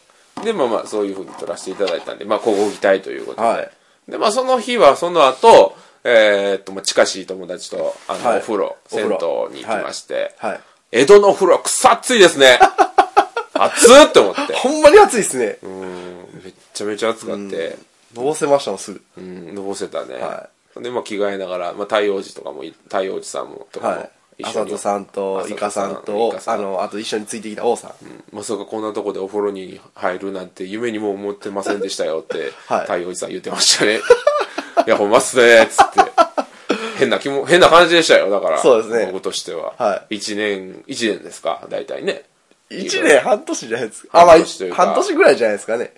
Speaker 1: で、まあまあ、そういう風に撮らせていただいたんで、まあ、ここ期待ということで。
Speaker 2: はい
Speaker 1: で、まあ、その日は、その後、えーっと、まあ、近しい友達と、あの、
Speaker 2: はい
Speaker 1: お風呂、
Speaker 2: お
Speaker 1: 銭湯
Speaker 2: 風
Speaker 1: に
Speaker 2: 呂
Speaker 1: 行きまして、
Speaker 2: はい。
Speaker 1: 江戸のお風呂はくさ暑いですね。 暑っって思って。
Speaker 2: ほんまに暑いですね。
Speaker 1: めっちゃめちゃ暑かって、
Speaker 2: のぼせましたもん、すぐ。
Speaker 1: うん、のぼせたね。
Speaker 2: は
Speaker 1: で、まあ、着替えながら、まあ、太陽寺とかもい、太陽寺さんも、とか
Speaker 2: は
Speaker 1: も
Speaker 2: い。浅田さんと、イカさんと
Speaker 1: イカ、さ
Speaker 2: あ
Speaker 1: ん
Speaker 2: の、あと一緒についてきた王さん。
Speaker 1: まさかこんなとこでお風呂に入るなんて夢にも思ってませんでしたよって、
Speaker 2: はい
Speaker 1: 太陽寺さん言ってましたね。 いや、ほんまっすね、つって。変な気も、変な感じでしたよ、だから。
Speaker 2: そうですね
Speaker 1: 僕としては。
Speaker 2: は
Speaker 1: 一年、一年ですか、大体ね。
Speaker 2: 一年半年じゃないですか。あ、まあ、
Speaker 1: 半年というか
Speaker 2: 半年ぐらいじゃないですかね。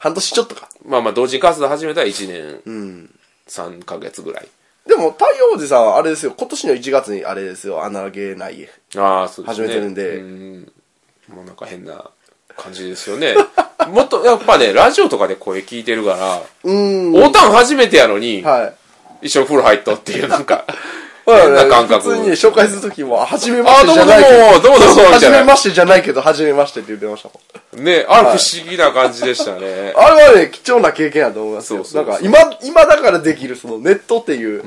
Speaker 2: 半年ちょっとか。
Speaker 1: まあまあ、同時活動始めたら1年3ヶ月ぐらい。
Speaker 2: でも、太陽王子さんはあれですよ、今年の1月にあれですよ、穴あげない。
Speaker 1: ああ、そうですね。
Speaker 2: 始めてるんで
Speaker 1: うんもうなんか変な感じですよね。 もっと、やっぱね、ラジオとかで声聞いてるから、
Speaker 2: うーん。
Speaker 1: 大タン初めてやのに、
Speaker 2: はい。
Speaker 1: 一緒に風呂入っとっていう、なん か、
Speaker 2: はい
Speaker 1: 変な感覚。
Speaker 2: 普通に紹介するときも、初めま
Speaker 1: あ
Speaker 2: し
Speaker 1: ー、
Speaker 2: て
Speaker 1: どうも
Speaker 2: じゃないけど。
Speaker 1: どうも、どうも、どうも、み
Speaker 2: 初
Speaker 1: た
Speaker 2: め
Speaker 1: いな
Speaker 2: ま。してじゃないけど、初めましてって言ってましたもん。
Speaker 1: ね、あれ不思議な感じでしたね。
Speaker 2: あれはね、貴重な経験やと思いますよ。
Speaker 1: そうそうそう
Speaker 2: なんか、今、今だからできる、そのネットっていう、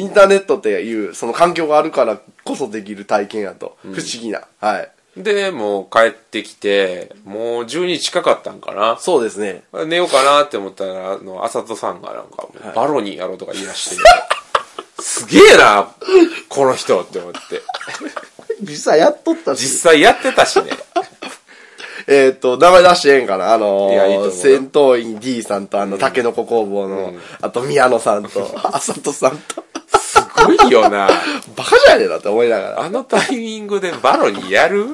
Speaker 2: インターネットっていう、その環境があるからこそできる体験やと。不思議な。はい。
Speaker 1: で、もう帰ってきて、もう12近かったんかな。
Speaker 2: そうですね。
Speaker 1: 寝ようかなって思ったら、あの、あさとさんがなんか、バロニーやろうとか言い出 して、すげえな、この人って思って。
Speaker 2: 実際やっとったし。
Speaker 1: 実際やってたしね。
Speaker 2: えっ、と、名前出してええんかなあのー
Speaker 1: いやいいと思うよ
Speaker 2: 戦闘員 D さんと、あの、タケノコ工房の、あと、宮野さん と、あさとさんと、
Speaker 1: すごいよな。
Speaker 2: バカじゃねえなって思いながら。
Speaker 1: あのタイミングでバロニーやる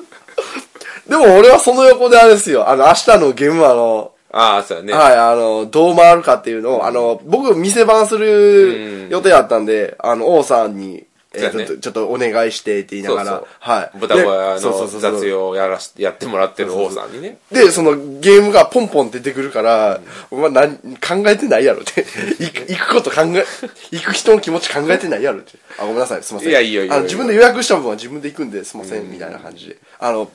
Speaker 2: でも俺はその横であれですよ、あの、明日のゲームはあの、
Speaker 1: ああ、そうやね。
Speaker 2: はい、あの、どう回るかっていうのを、あの、僕、店番する予定だったんで、あの、王さんに、えー
Speaker 1: そうやね
Speaker 2: ちょっと、ちょっとお願いしてって言いながら、
Speaker 1: そうそう
Speaker 2: はい。
Speaker 1: 豚小屋
Speaker 2: でそうそう
Speaker 1: の
Speaker 2: そうそう
Speaker 1: 雑用をやらし、やってもらってる王さんにね。
Speaker 2: で、そのゲームがポンポン出てくるから、お前なん考えてないやろって。 行く行くこと考え、行く人の気持ち考えてないやろって。あ、ごめんなさい、すいません。
Speaker 1: いやいいよいいよ
Speaker 2: あの自分で予約した分は自分で行くんで、すいません、みたいな感じで。あの、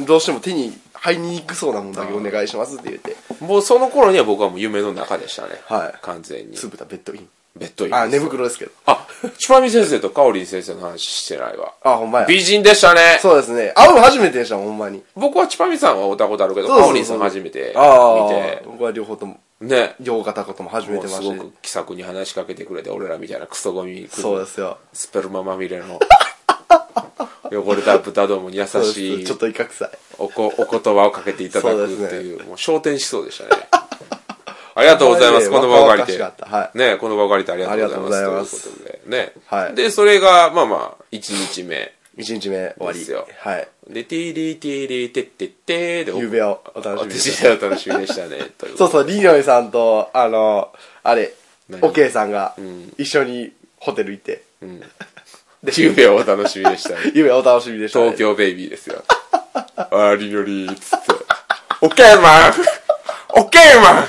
Speaker 2: どうしても手に入りにくそうなもんだけお願いしますって言って。
Speaker 1: もうその頃には僕はもう夢の中でしたね。
Speaker 2: はい
Speaker 1: 完全に。
Speaker 2: 酢豚ベッドイン。
Speaker 1: ベッドイン。
Speaker 2: あ、寝袋ですけど。
Speaker 1: あ、チュパミ先生とカオリン先生の話してないわ。
Speaker 2: あ、ほんまや。
Speaker 1: 美人でしたね。
Speaker 2: そうですね。会うの初めてでしたもん、ほんまに。
Speaker 1: 僕はチュパミさんは会ったことあるけど、
Speaker 2: そうそうそ
Speaker 1: カ
Speaker 2: う
Speaker 1: オリンさん初めて
Speaker 2: あ
Speaker 1: 見
Speaker 2: あ
Speaker 1: て。、
Speaker 2: 僕は両方とも、
Speaker 1: ね。
Speaker 2: 両方とも初め
Speaker 1: も
Speaker 2: て
Speaker 1: う
Speaker 2: ますし
Speaker 1: ご
Speaker 2: たね
Speaker 1: く気さくに話しかけてくれて、俺らみたいなクソゴミ。
Speaker 2: そうですよ。
Speaker 1: スペルマまみれの。 汚れた豚どもに優
Speaker 2: そうです
Speaker 1: しい
Speaker 2: ちょっと威嚇臭い。
Speaker 1: おこお言葉をかけていただくって
Speaker 2: そうで
Speaker 1: いう、もう昇天しそうでしたね。ありがとうございます、
Speaker 2: ほ
Speaker 1: こ
Speaker 2: んま
Speaker 1: の
Speaker 2: にね
Speaker 1: 場を借りて。
Speaker 2: 若々しかったはい
Speaker 1: ね、この場を借りてありがとうござい
Speaker 2: ありがとうござい
Speaker 1: ま。
Speaker 2: ますす
Speaker 1: ということでね。
Speaker 2: はい
Speaker 1: で、それが、まあまあ、1日目。
Speaker 2: 1日目終わり
Speaker 1: ですよ
Speaker 2: はい
Speaker 1: で、ティーリーティーリーテッテッテーで、
Speaker 2: ゆうべをお楽し
Speaker 1: 私
Speaker 2: みに
Speaker 1: はお 楽しみでしたね。という
Speaker 2: そうそうりんよいさんとあのあれ
Speaker 1: 何
Speaker 2: おけいさんが
Speaker 1: ん
Speaker 2: 一緒にホテル行って、
Speaker 1: ゆうべはお楽しみでしたね。
Speaker 2: ゆうべお楽しみでしたね、
Speaker 1: 東京ベイビーですよ。あーりのりーっつって。オッケーマンオッケーマン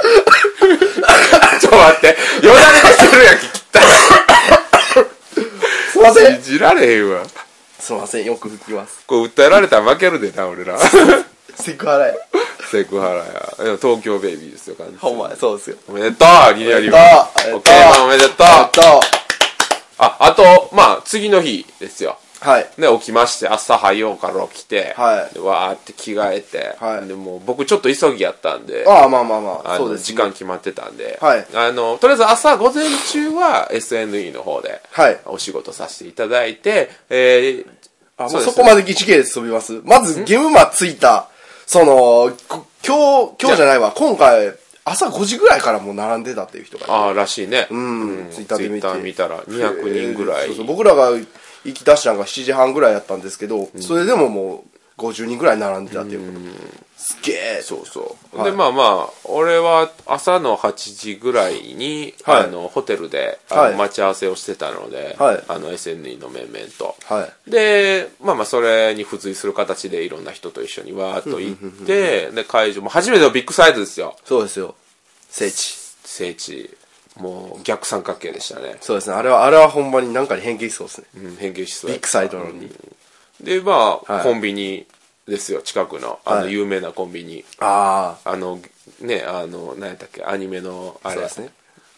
Speaker 1: ちょっと待って。よだれがするやんけ、きった
Speaker 2: すいません
Speaker 1: 信じられへんわ。
Speaker 2: すいませんよく吹きます
Speaker 1: こう訴えられたら負けるでな、俺ら。
Speaker 2: セクハラや
Speaker 1: セクハラや。でも東京ベイビーですよ、完
Speaker 2: ほ
Speaker 1: 全
Speaker 2: ん
Speaker 1: に
Speaker 2: まやそうですよ
Speaker 1: おめでとうリニアリは
Speaker 2: おめでとう
Speaker 1: オッケーマンおめでとう
Speaker 2: あと
Speaker 1: あ、あと、まあ、次の日ですよ。
Speaker 2: はい
Speaker 1: で、起きまして、朝早うから起きて、
Speaker 2: はい
Speaker 1: でわーって着替えて、
Speaker 2: はい
Speaker 1: でもう僕ちょっと急ぎやったんで、
Speaker 2: ああまあまあまあ
Speaker 1: あ
Speaker 2: そう
Speaker 1: の
Speaker 2: です、
Speaker 1: 時間決まってたんで、
Speaker 2: はい
Speaker 1: あのとりあえず朝午前中は SNE の方で
Speaker 2: はい
Speaker 1: お仕事させていただいて、えー
Speaker 2: あも
Speaker 1: そうう
Speaker 2: そ
Speaker 1: です
Speaker 2: こまで1系列飛びますまずゲームマついたそのこ今日今日じゃないわ今回朝5時ぐらいからもう並んでたっていう人がいて
Speaker 1: ああらしいね、
Speaker 2: うん、ツイッターで見て
Speaker 1: Twitter 見たら200人ぐらい
Speaker 2: そうそう僕らが行き出したのが7時半ぐらいやったんですけど、それでももう50人ぐらい並んでたっていうこと、すっげえ
Speaker 1: そうそう、
Speaker 2: はい
Speaker 1: でまあまあ俺は朝の8時ぐらいに、
Speaker 2: はい
Speaker 1: あのホテルであの、
Speaker 2: はい
Speaker 1: 待ち合わせをしてたので、
Speaker 2: はい
Speaker 1: あの SNE の面々と、
Speaker 2: はい
Speaker 1: でまあまあそれに付随する形でいろんな人と一緒にわーっと行ってで会場も初めてのビッグサイズですよ
Speaker 2: そうですよ聖地
Speaker 1: 聖地もう逆三角形でしたね、
Speaker 2: そうですねあれはあれはほんまに何かに変形しそうですね、
Speaker 1: うん、変形しそう
Speaker 2: ビ
Speaker 1: や
Speaker 2: ッグサイトなのに、
Speaker 1: でまあ、
Speaker 2: はい
Speaker 1: コンビニですよ近くのあの
Speaker 2: はい
Speaker 1: 有名なコンビニ、
Speaker 2: ああ
Speaker 1: あのねあの何やったっけアニメのあれ
Speaker 2: そうですね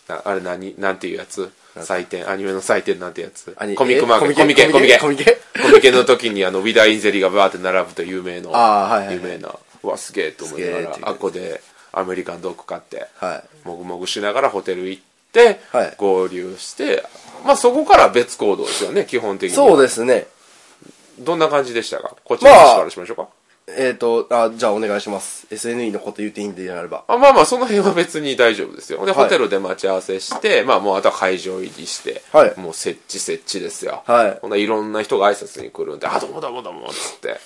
Speaker 1: なあれ何なんていうやつ祭典アニメの祭典なんてやつ
Speaker 2: あに
Speaker 1: コミックマーケッ
Speaker 2: え
Speaker 1: トコミケコミケ
Speaker 2: コミケ
Speaker 1: コミケの時にあのウィダインゼリーがバーって並ぶと有名の
Speaker 2: あーはいはい
Speaker 1: 有名なうわすげえと思いなが
Speaker 2: すげえっ
Speaker 1: ら
Speaker 2: ていう
Speaker 1: あっこでアメリカンドッグ買って、
Speaker 2: は
Speaker 1: もぐもぐしながらホテル行って、
Speaker 2: はい
Speaker 1: 合流してまあそこから別行動ですよね基本的には
Speaker 2: そうですね
Speaker 1: どんな感じでしたかこっちの話からしましょうか、
Speaker 2: えっ、とあじゃあお願いします SNE のこと言っていいんでなれば
Speaker 1: あまあまあ、その辺は別に大丈夫ですよ。で、
Speaker 2: はい
Speaker 1: ホテルで待ち合わせして、まあもうあとは会場入りして、
Speaker 2: はい
Speaker 1: もう設置設置ですよ。
Speaker 2: はい
Speaker 1: ほんないろんな人が挨拶に来るんで、あ、どうもどうもどうも、つって、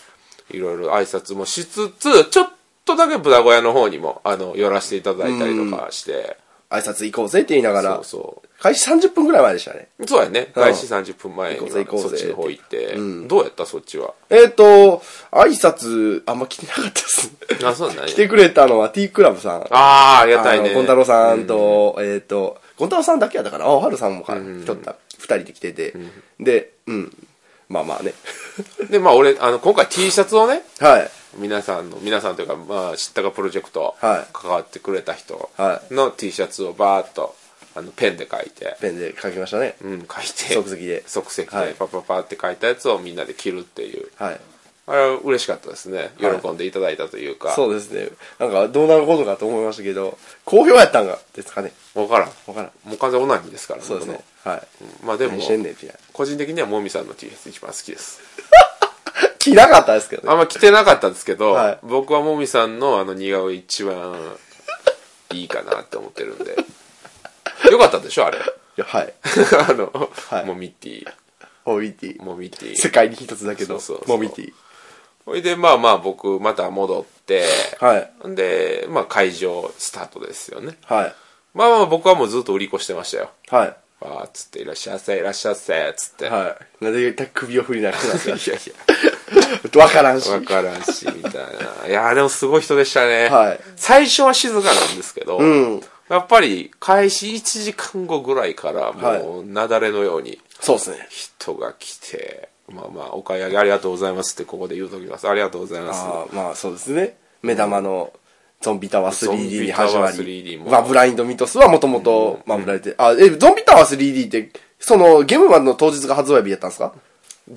Speaker 1: いろいろ挨拶もしつつ、ちょっとだけ豚小屋の方にも、あの、寄らせていただいたりとかして、
Speaker 2: 挨拶行こうぜって言いなが
Speaker 1: そ
Speaker 2: ら
Speaker 1: う、そ
Speaker 2: 開始30分ぐらい前でしたね。
Speaker 1: う。そうやね。開始30分前
Speaker 2: 行こ
Speaker 1: に
Speaker 2: うぜ行こうぜ
Speaker 1: そっちの方行って。
Speaker 2: うん
Speaker 1: どうやったそっちは。
Speaker 2: えっ、ー、と、挨拶、あんま来てなかったです。
Speaker 1: あ、そうなんや
Speaker 2: 来てくれたのは T クラブさん。
Speaker 1: ああ、ありがたい
Speaker 2: あ
Speaker 1: ね。
Speaker 2: のゴン太郎さんと、えっ、と、ゴン太郎さんだけやったかなあ、ハルさんもか、来とった。二人で来てて、で、うん。まあまあね。
Speaker 1: で、まあ俺、あの、今回 T シャツをね、
Speaker 2: はい。
Speaker 1: 皆さんの、皆さんというか、まあ、知ったかプロジェクト、
Speaker 2: はい
Speaker 1: 関わってくれた人
Speaker 2: は
Speaker 1: の T シャツをバーっと、あの、ペンで書いて、
Speaker 2: ペンで書きましたね。
Speaker 1: うん、書いて、
Speaker 2: 即席で
Speaker 1: 即席
Speaker 2: は
Speaker 1: で
Speaker 2: い、
Speaker 1: パパパって書いたやつをみんなで着るっていう。
Speaker 2: はい。
Speaker 1: あれは嬉しかったですね。喜んでいただいたというか。
Speaker 2: そうですね。なんか、どうなることかと思いましたけど、好評やったんが、ですかね。
Speaker 1: わからん。
Speaker 2: わからん。
Speaker 1: もう完全オナニーですから
Speaker 2: そうですね。はい。
Speaker 1: 僕のうんまあでも
Speaker 2: 何、してんねん、みたいな。
Speaker 1: 個人的にはもみさんの T シャツ一番好きです。
Speaker 2: 着なかったですけどね。
Speaker 1: あんま着てなかったんですけど、
Speaker 2: はい
Speaker 1: 僕はもみさんのあの似顔絵一番いいかなって思ってるんで。よかったでしょあれ。
Speaker 2: いやはい。
Speaker 1: あの、
Speaker 2: はい
Speaker 1: モミティ、
Speaker 2: モミティ。
Speaker 1: モミテ
Speaker 2: 世
Speaker 1: ィ。
Speaker 2: 界に一つだけど
Speaker 1: そうそう、そう
Speaker 2: モミティ。
Speaker 1: ほいで、まあまあ僕、また戻って、
Speaker 2: はい。
Speaker 1: で、まあ会場スタートですよね。
Speaker 2: はい。
Speaker 1: まあまあ僕はもうずっと売り越してましたよ。
Speaker 2: は
Speaker 1: わーっつって、いらっしゃいませ、いらっしゃいませ、つって。
Speaker 2: い。はい。なんで首を振りなくなって
Speaker 1: い、やい
Speaker 2: た わからんし
Speaker 1: や、。わからんし、みたいな。いやーでもすごい人でしたね。
Speaker 2: はい
Speaker 1: 最初は静かなんですけど、
Speaker 2: うん
Speaker 1: やっぱり開始1時間後ぐらいから、もう、なだれのように
Speaker 2: そうですね。
Speaker 1: 人が来て、まあまあ、お買い上げありがとうございますってここで言うときます。ありがとうございます。
Speaker 2: ああ、まあそうですね。目玉のゾンビタワー
Speaker 1: ゾン
Speaker 2: 3D に
Speaker 1: ビタワー
Speaker 2: 始ま
Speaker 1: 3D
Speaker 2: り、
Speaker 1: も
Speaker 2: まあブラインドミトスはもともと、まあ売られて、あ、え、ゾンビタワー 3D って、そのゲームマンの当日が発売日やったんですか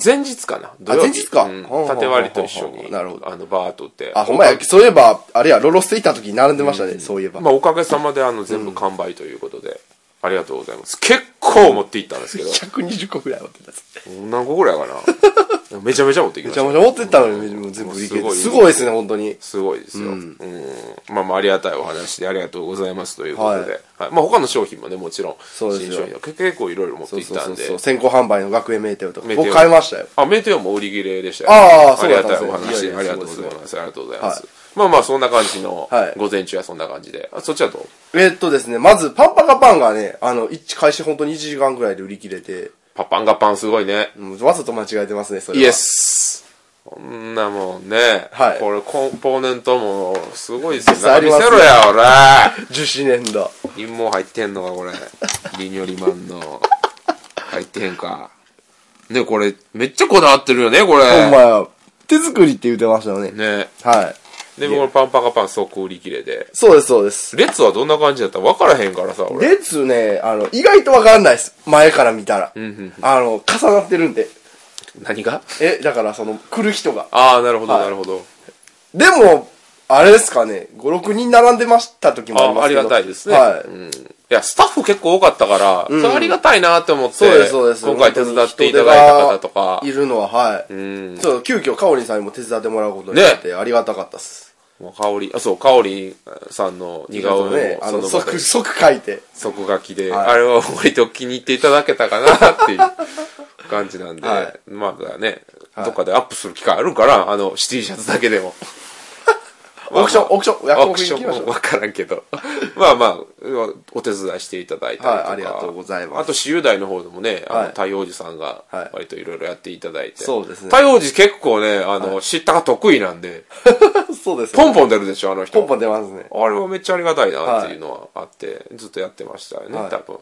Speaker 1: 前日かな土曜日
Speaker 2: 前日か
Speaker 1: うん
Speaker 2: ほうほうほうほう
Speaker 1: 縦割りと一緒に、
Speaker 2: なるほど
Speaker 1: あの、バーっと売って。
Speaker 2: あ、ほんまや、そういえば、あれや、ロロステ行った時に並んでましたね、そういえば。
Speaker 1: まあ、おかげさまで、あの、全部完売ということで、ありがとうございます。結構持っていったんですけど、
Speaker 2: 120個ぐらい持ってたんです。
Speaker 1: 何個ぐらいかな めちゃめちゃ持ってきま
Speaker 2: め
Speaker 1: し
Speaker 2: ちゃ
Speaker 1: た
Speaker 2: めちゃ持ってったのに、もう全部売り切れて。すごいですね、本当に。
Speaker 1: すごいですよ、うんまあまあありがたいお話でありがとうございますということで、はいまあ、他の商品もねもちろん
Speaker 2: そうです
Speaker 1: 新
Speaker 2: よ
Speaker 1: 商品は結構いろいろ持って
Speaker 2: そう
Speaker 1: いっ
Speaker 2: そう
Speaker 1: た
Speaker 2: そ
Speaker 1: ん
Speaker 2: う
Speaker 1: で
Speaker 2: そう。先行販売の学園名店とか。
Speaker 1: メテオ
Speaker 2: 僕買いましたよ。
Speaker 1: あメテオも売り切れでしたよ、
Speaker 2: ああ
Speaker 1: あ
Speaker 2: そう
Speaker 1: り
Speaker 2: だ
Speaker 1: が
Speaker 2: ったんで
Speaker 1: たい
Speaker 2: すね
Speaker 1: お話であ
Speaker 2: いや
Speaker 1: り
Speaker 2: いや
Speaker 1: がとうございますありがとうございます、
Speaker 2: は
Speaker 1: まあまあそんな感じの
Speaker 2: はい
Speaker 1: 午前中はそんな感じであそっちはどう
Speaker 2: えっとですね、まず、パンパカパンがね、あの、一開始本当に1時間ぐらいで売り切れて、
Speaker 1: パパンガパンすごいね
Speaker 2: もうわざと間違えてますね、それ
Speaker 1: イ
Speaker 2: は。
Speaker 1: エスこんなもんね、
Speaker 2: はい
Speaker 1: これコンポーネントもすごいですよ
Speaker 2: 実際あ
Speaker 1: 中
Speaker 2: り
Speaker 1: 見
Speaker 2: ます
Speaker 1: せ
Speaker 2: よ
Speaker 1: ろや俺
Speaker 2: 樹脂年度。
Speaker 1: 陰謀入ってんのかこれ リニョリマンの入ってへんかねこれめっちゃこだわってるよねこ
Speaker 2: ほんま
Speaker 1: れ
Speaker 2: や。手作りって言ってましたよね。
Speaker 1: ね
Speaker 2: はい。
Speaker 1: でこのパンパカパン即売り切れで
Speaker 2: そうです、そうです。
Speaker 1: 列はどんな感じだった分からへんからさ俺
Speaker 2: 列ね、あの、意外とわからないです。前から見たら。
Speaker 1: ん
Speaker 2: あの、重なってるんで。
Speaker 1: 何が
Speaker 2: え、だからその、来る人が。
Speaker 1: ああなるほど、
Speaker 2: はい
Speaker 1: なるほど
Speaker 2: でも、あれですかね、5、6人並んでました時もあり
Speaker 1: あ
Speaker 2: ま
Speaker 1: あ
Speaker 2: す
Speaker 1: り
Speaker 2: けど。
Speaker 1: がたいですね、
Speaker 2: はい。
Speaker 1: うん、いやスタッフ結構多かったから、それありがたいなって思って
Speaker 2: そうです、そうです。
Speaker 1: 今回手伝っていただいた方と
Speaker 2: 本
Speaker 1: か
Speaker 2: 当に人手がいるのは、はい。
Speaker 1: ん
Speaker 2: そう、急遽、かおりんさんにも手伝ってもらうことになって、ありがたかったです。
Speaker 1: もう香りあそう香りさんの似顔絵
Speaker 2: ね
Speaker 1: も、
Speaker 2: あ
Speaker 1: その
Speaker 2: の、
Speaker 1: 場で
Speaker 2: 即、即書いて。
Speaker 1: 即書きで、
Speaker 2: はい
Speaker 1: あれは割と気に入っていただけたかなっていう感じなんで、
Speaker 2: は
Speaker 1: まあね、どっかでアップする機会あるから、あの、シティシャツだけでも。
Speaker 2: オークション、オークション、いや
Speaker 1: オークション
Speaker 2: オークション行きましょう
Speaker 1: もわからんけど。 まあまあ、お手伝いしていただいたりとか。
Speaker 2: はいありがとうございます
Speaker 1: あと、私有大の方でもね、あの、
Speaker 2: はい
Speaker 1: 太陽寺さんが
Speaker 2: はい、
Speaker 1: 割といろいろやっていただいて。
Speaker 2: そうですね
Speaker 1: 太陽寺結構ね、あの、知ったが得意なんで、
Speaker 2: そうです、
Speaker 1: ポンポン出るでしょ、あの人。
Speaker 2: ポンポン出ますね。
Speaker 1: あれはめっちゃありがたいなっていうのはあって、ずっとやってましたよね、
Speaker 2: はい
Speaker 1: 多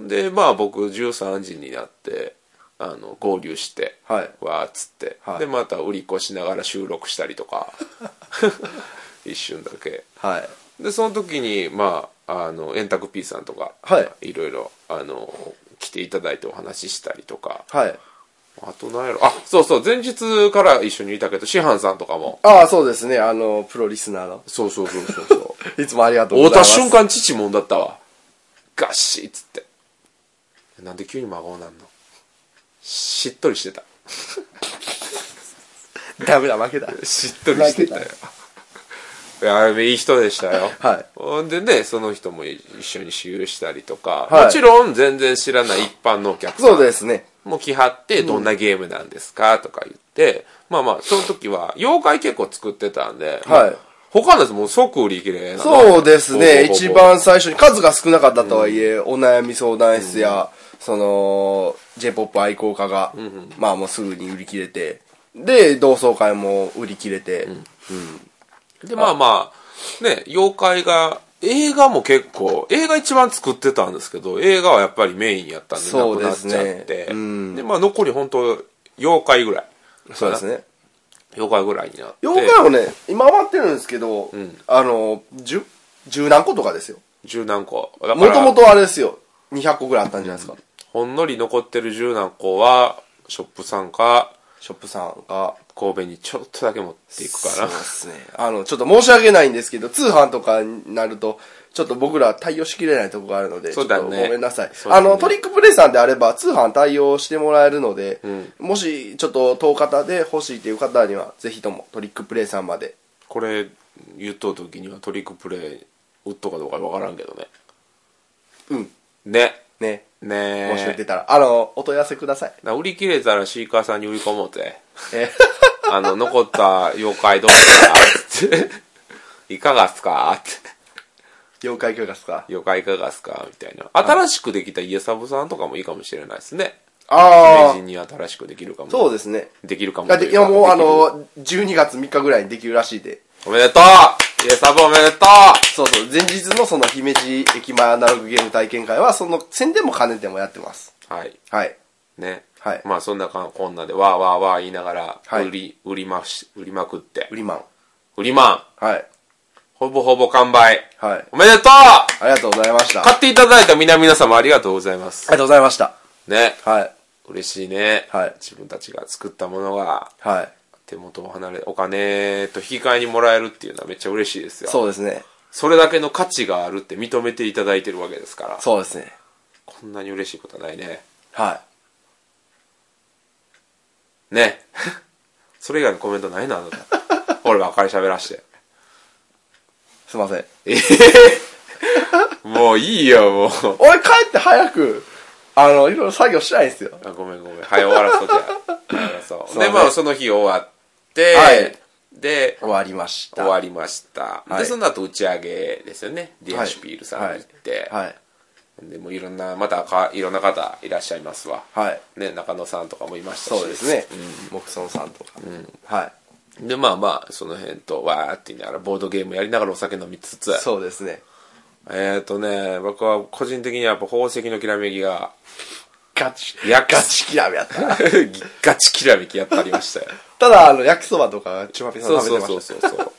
Speaker 1: 分。で、まあ僕13時になって、あの、合流して、
Speaker 2: はい
Speaker 1: わーっつって、
Speaker 2: はい
Speaker 1: で、また売り越しながら収録したりと か、 一瞬だけ。
Speaker 2: はい。
Speaker 1: で、その時に、まあ、あの、円卓 P さんとか、、
Speaker 2: はい
Speaker 1: ろいろ、あの、来ていただいてお話ししたりとか、
Speaker 2: はい。
Speaker 1: あと何やろ、あ、そうそう、前日から一緒にいたけど、師範さんとかも、
Speaker 2: ああ、そうですね、あの、プロリスナーの。
Speaker 1: そうそうそうそうそう。
Speaker 2: いつもありがと う
Speaker 1: 会う
Speaker 2: ご
Speaker 1: た
Speaker 2: ざいます。
Speaker 1: 瞬間父もんだったわガッシーっつってなんで急に孫なんのしっとりしてた
Speaker 2: ダメだ、負けだ。
Speaker 1: しっとりしてたよ
Speaker 2: 泣
Speaker 1: いやいい人でしたよ、
Speaker 2: はい
Speaker 1: ほんでねその人も一緒に使用したりとか、
Speaker 2: はい
Speaker 1: もちろん全然知らない一般のお客さ
Speaker 2: そうんですね。
Speaker 1: も来はってどんなゲームなんですかとか言って、まあまあその時は妖怪結構作ってたんで、
Speaker 2: はい
Speaker 1: 他のやつもう即売り切れやな
Speaker 2: そうですね。
Speaker 1: ほぼほぼ
Speaker 2: 一番最初に数が少なかったとはいえ、お悩み相談室や、その、J-POP 愛好家が、まあもうすぐに売り切れて、で、同窓会も売り切れて、
Speaker 1: で、まあまあ、ね、妖怪が、映画も結構、映画一番作ってたんですけど、映画はやっぱりメインやったんで、な
Speaker 2: そう
Speaker 1: く
Speaker 2: で
Speaker 1: なっ
Speaker 2: す
Speaker 1: ち
Speaker 2: ね
Speaker 1: ゃって。
Speaker 2: うん
Speaker 1: で、まあ残り本当妖怪ぐらい。
Speaker 2: そうですね。
Speaker 1: 妖怪ぐらいになって。
Speaker 2: 妖怪もね、今余ってるんですけど、
Speaker 1: ん
Speaker 2: あの、十、十何個とかですよ。
Speaker 1: 十何個。だか
Speaker 2: もと
Speaker 1: ら
Speaker 2: もとあれですよ。200個ぐらいあったんじゃないですか。
Speaker 1: ほんのり残ってる十何個は、ショップさんか、
Speaker 2: ショップさんが。
Speaker 1: 神戸にちょっとだけ持っていくか
Speaker 2: そう
Speaker 1: な
Speaker 2: で。すね。あの、ちょっと申し訳ないんですけど、通販とかになると、ちょっと僕ら対応しきれないとこがあるので、
Speaker 1: そうだね
Speaker 2: ちょっとごめんなさい。
Speaker 1: そうだ
Speaker 2: あ
Speaker 1: ね
Speaker 2: の、トリックプレイさんであれば、通販対応してもらえるので、もし、ちょっと遠方で欲しいという方には、ぜひともトリックプレイさんまで。
Speaker 1: これ、言っとう時にはトリックプレイ、打っとかどうかわからんけどね。
Speaker 2: うん。
Speaker 1: ね。
Speaker 2: ね。
Speaker 1: ね
Speaker 2: もし出たら、あの、お問い合わせください。
Speaker 1: な売り切れたらシーカーさんに売り込もうぜ。
Speaker 2: え
Speaker 1: あの、残った妖怪どうですかって。 いかがっすかって。
Speaker 2: 妖怪教科ですか
Speaker 1: 妖怪いかがっすかみたいな。新しくできた家サブさんとかもいいかもしれないですね。名
Speaker 2: ああ
Speaker 1: 人、に新しくできるかも。
Speaker 2: そうですね。
Speaker 1: できるかも
Speaker 2: だっ
Speaker 1: と
Speaker 2: て、
Speaker 1: い
Speaker 2: いや
Speaker 1: か
Speaker 2: もう、あ、
Speaker 1: で
Speaker 2: の、12月3日ぐらいにできるらしいで。
Speaker 1: きるおめでとう家サブおめでと
Speaker 2: そうそう、前日のその姫路駅前アナログゲーム体験会は、その宣伝も兼ねてもやってます。
Speaker 1: うはい。
Speaker 2: はい。
Speaker 1: ね。
Speaker 2: はい
Speaker 1: まあそんなかこんなで、わーわーわー言いながら、
Speaker 2: はい
Speaker 1: 売り、売りまし、売りまくって
Speaker 2: 売。りマン。
Speaker 1: 売りまん。
Speaker 2: はい。
Speaker 1: ほぼほぼ完売。
Speaker 2: はい。
Speaker 1: おめでとう
Speaker 2: ありがとうございました。あ
Speaker 1: 買っていただいた皆々様ありがとうございます
Speaker 2: り。がとうございました。
Speaker 1: ね。
Speaker 2: はい。
Speaker 1: 嬉しいね、
Speaker 2: はい
Speaker 1: 自分たちが作ったものが
Speaker 2: はい。
Speaker 1: 手元を離れお金と引き換えにもらえるっていうのはめっちゃ嬉しいですよ
Speaker 2: そうですね。
Speaker 1: それだけの価値があるって認めていただいてるわけですから
Speaker 2: そうですね。
Speaker 1: こんなに嬉しいことはないね
Speaker 2: は
Speaker 1: ね それ以外のコメントないなあなた 俺ばっかり喋らして
Speaker 2: い。すいません。
Speaker 1: もういいよもう
Speaker 2: 俺帰って早く、あの、いろいろ作業したいんですよ。
Speaker 1: あごめんごめんはい終わらそうじゃあ終わらそう
Speaker 2: すいま
Speaker 1: で
Speaker 2: せん
Speaker 1: まあその日終わって、
Speaker 2: はい
Speaker 1: で
Speaker 2: 終わりました。
Speaker 1: 終わりました、
Speaker 2: は
Speaker 1: で
Speaker 2: い
Speaker 1: その後打ち上げですよねディアシュピールさんに行って、
Speaker 2: はい。
Speaker 1: でもういろんなまたかいろんな方いらっしゃいますわ、
Speaker 2: はい。
Speaker 1: ね、中野さんとかもいましたし
Speaker 2: そうですね。木村さんとか。はい。
Speaker 1: でまあまあその辺とわーって言いながらボードゲームやりながらお酒飲みつつ
Speaker 2: そうですね。
Speaker 1: えっ、ー、とね僕は個人的にはやっぱ宝石のきらめきが
Speaker 2: ガチ。
Speaker 1: いや
Speaker 2: ガチキラメやったな。
Speaker 1: ガチきらめきやってありましたよ
Speaker 2: ただ、あの、焼きそばとか、ちまぴさん
Speaker 1: そう
Speaker 2: 食べて
Speaker 1: そ
Speaker 2: ま
Speaker 1: う
Speaker 2: した。
Speaker 1: そうそうそう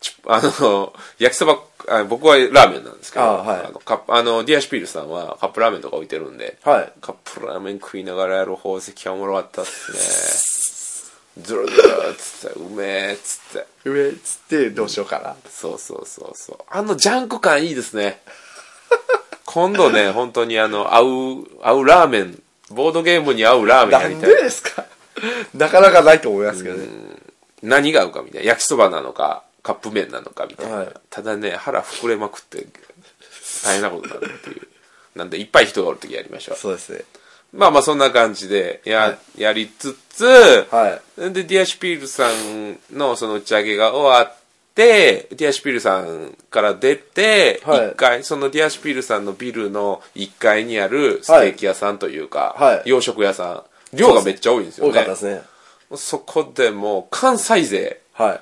Speaker 1: ちょあの焼きそばあ僕はラーメンなんですけど
Speaker 2: あはい
Speaker 1: のカップあのディアシュピールさんはカップラーメンとか置いてるんで、
Speaker 2: はい
Speaker 1: カップラーメン食いながらやる宝石はおもろかったっす ねズルズルっつってうめえっつって
Speaker 2: 上っつってどうしようかな。
Speaker 1: そうそうそうそうあのジャンク感いいですね 今度ね本当にあの合う合うラーメンボードゲームに合うラーメン
Speaker 2: な
Speaker 1: やり
Speaker 2: ん
Speaker 1: た
Speaker 2: で
Speaker 1: い
Speaker 2: ですか なかなかないと思いますけどね。
Speaker 1: 何が合うかみたいな焼きそばなのかカップ麺なのかみたいな、
Speaker 2: はい
Speaker 1: ただね腹膨れまくって大変なことになるっていうなんでいっぱい人がおる時やりましょう
Speaker 2: そうですね。
Speaker 1: まあまあそんな感じでや,、やりつつ、
Speaker 2: は
Speaker 1: でディアシュピールさんのその打ち上げが終わってディアシュピールさんから出て、一
Speaker 2: はい
Speaker 1: 階そのディアシュピールさんのビルの1階にあるステーキ屋さんというか、
Speaker 2: はい
Speaker 1: 洋食屋さん量がめっちゃ多いんですよね
Speaker 2: 多かったですね。
Speaker 1: そこでもう関西勢
Speaker 2: はい。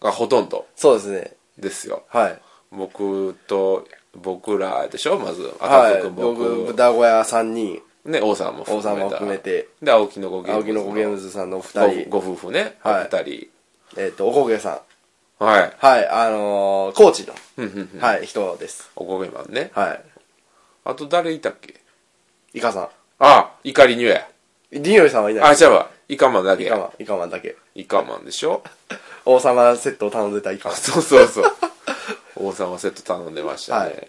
Speaker 1: がほとんど
Speaker 2: そうですね。
Speaker 1: ですよ
Speaker 2: はい。
Speaker 1: 僕と僕らでしょまず赤
Speaker 2: は
Speaker 1: 楚
Speaker 2: い。
Speaker 1: 君
Speaker 2: 僕、
Speaker 1: 僕、
Speaker 2: 豚小屋さんに、
Speaker 1: ね王さんも含めた
Speaker 2: 王さんも含めて
Speaker 1: で青木の子ゲーム
Speaker 2: 青木の子ゲームズさんのお二人、
Speaker 1: ごご夫婦ね、お
Speaker 2: はい
Speaker 1: 二人
Speaker 2: えっと、おこげさん。
Speaker 1: はい
Speaker 2: はい、あのー、高知の、はい、人です。
Speaker 1: おこげまんね
Speaker 2: は
Speaker 1: あと誰いたっけ
Speaker 2: い。イカさ
Speaker 1: あ怒りにゅえ
Speaker 2: ん。ディノリさんはいない
Speaker 1: あ
Speaker 2: です。
Speaker 1: じゃあイカマンだけ
Speaker 2: イカマン、イカマンだけ。
Speaker 1: イカマンでしょ
Speaker 2: 王様セットを頼んでたイカマン。
Speaker 1: そうそうそう王様セット頼んでましたね、
Speaker 2: はい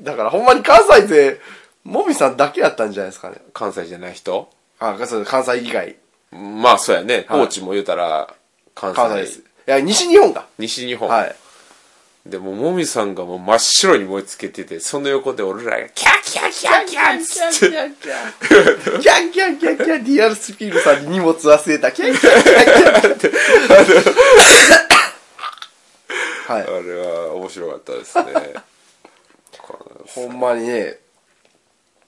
Speaker 2: だからほんまに関西勢、もみさんだけやったんじゃないですかね。
Speaker 1: 関西じゃない人
Speaker 2: あ、そう関西以外。
Speaker 1: まあそうやね
Speaker 2: はい
Speaker 1: 高知も言うたら関西,、
Speaker 2: 関西です。いや、西日本か。
Speaker 1: 西日本、
Speaker 2: はい。
Speaker 1: でももみさんがもう真っ白に燃え尽きててその横で俺らがキャーキャーキャーキャーっつって
Speaker 2: キャンキャンキャンキャン、リアルスピールさんに荷物忘れた。キャンキャンキャンキャン。はい
Speaker 1: あれは面白かったですねこの
Speaker 2: ほんまにね、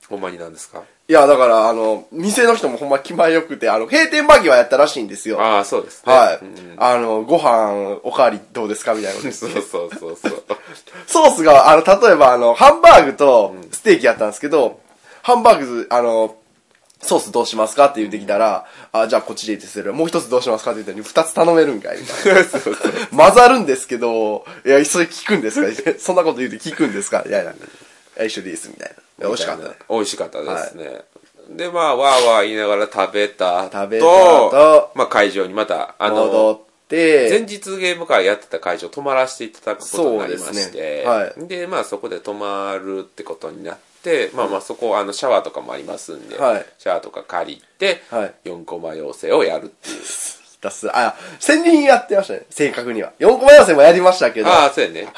Speaker 1: ほんまになんですか
Speaker 2: いや、だから、あの、店の人もほんま気前よくて、あの、閉店間際やったらしいんですよ。
Speaker 1: ああそうですね
Speaker 2: はい、
Speaker 1: うん
Speaker 2: あの、ご飯、おかわりどうですかみた いなことです
Speaker 1: そうそうそうそう
Speaker 2: ソースが、あの、例えば、あの、ハンバーグとステーキやったんですけど、ハンバーグ、あの、ソースどうしますかって言ってきたら、あ、じゃあこっちでいいってする。もう一つどうしますかって言ったら、二つ頼めるんかいみた い
Speaker 1: そうそうそう
Speaker 2: な。混ざるんですけど、いや、それ聞くんですか そんなこと言うて聞くんですかみたいな。いや、一緒でいいです、みたいな。いや美味しかったね。
Speaker 1: 美味しかったですね、でまあわーわー言いながら食べた後
Speaker 2: 食べた後
Speaker 1: まあ、会場にまたあの
Speaker 2: 戻って、
Speaker 1: 前日ゲーム会やってた会場泊まらせていただくことになりま
Speaker 2: そう
Speaker 1: し
Speaker 2: で
Speaker 1: て
Speaker 2: すねはい
Speaker 1: でまあそこで泊まるってことになってまあまあそこあのシャワーとかもありますんで、
Speaker 2: はい
Speaker 1: シャワーとか借りて、
Speaker 2: はい
Speaker 1: 4コマ要請をやるっていう
Speaker 2: ひたすら、あ、千人やってましたね、正確には。4個目寄せもやりましたけど、
Speaker 1: あ
Speaker 2: は
Speaker 1: あそうやね
Speaker 2: い。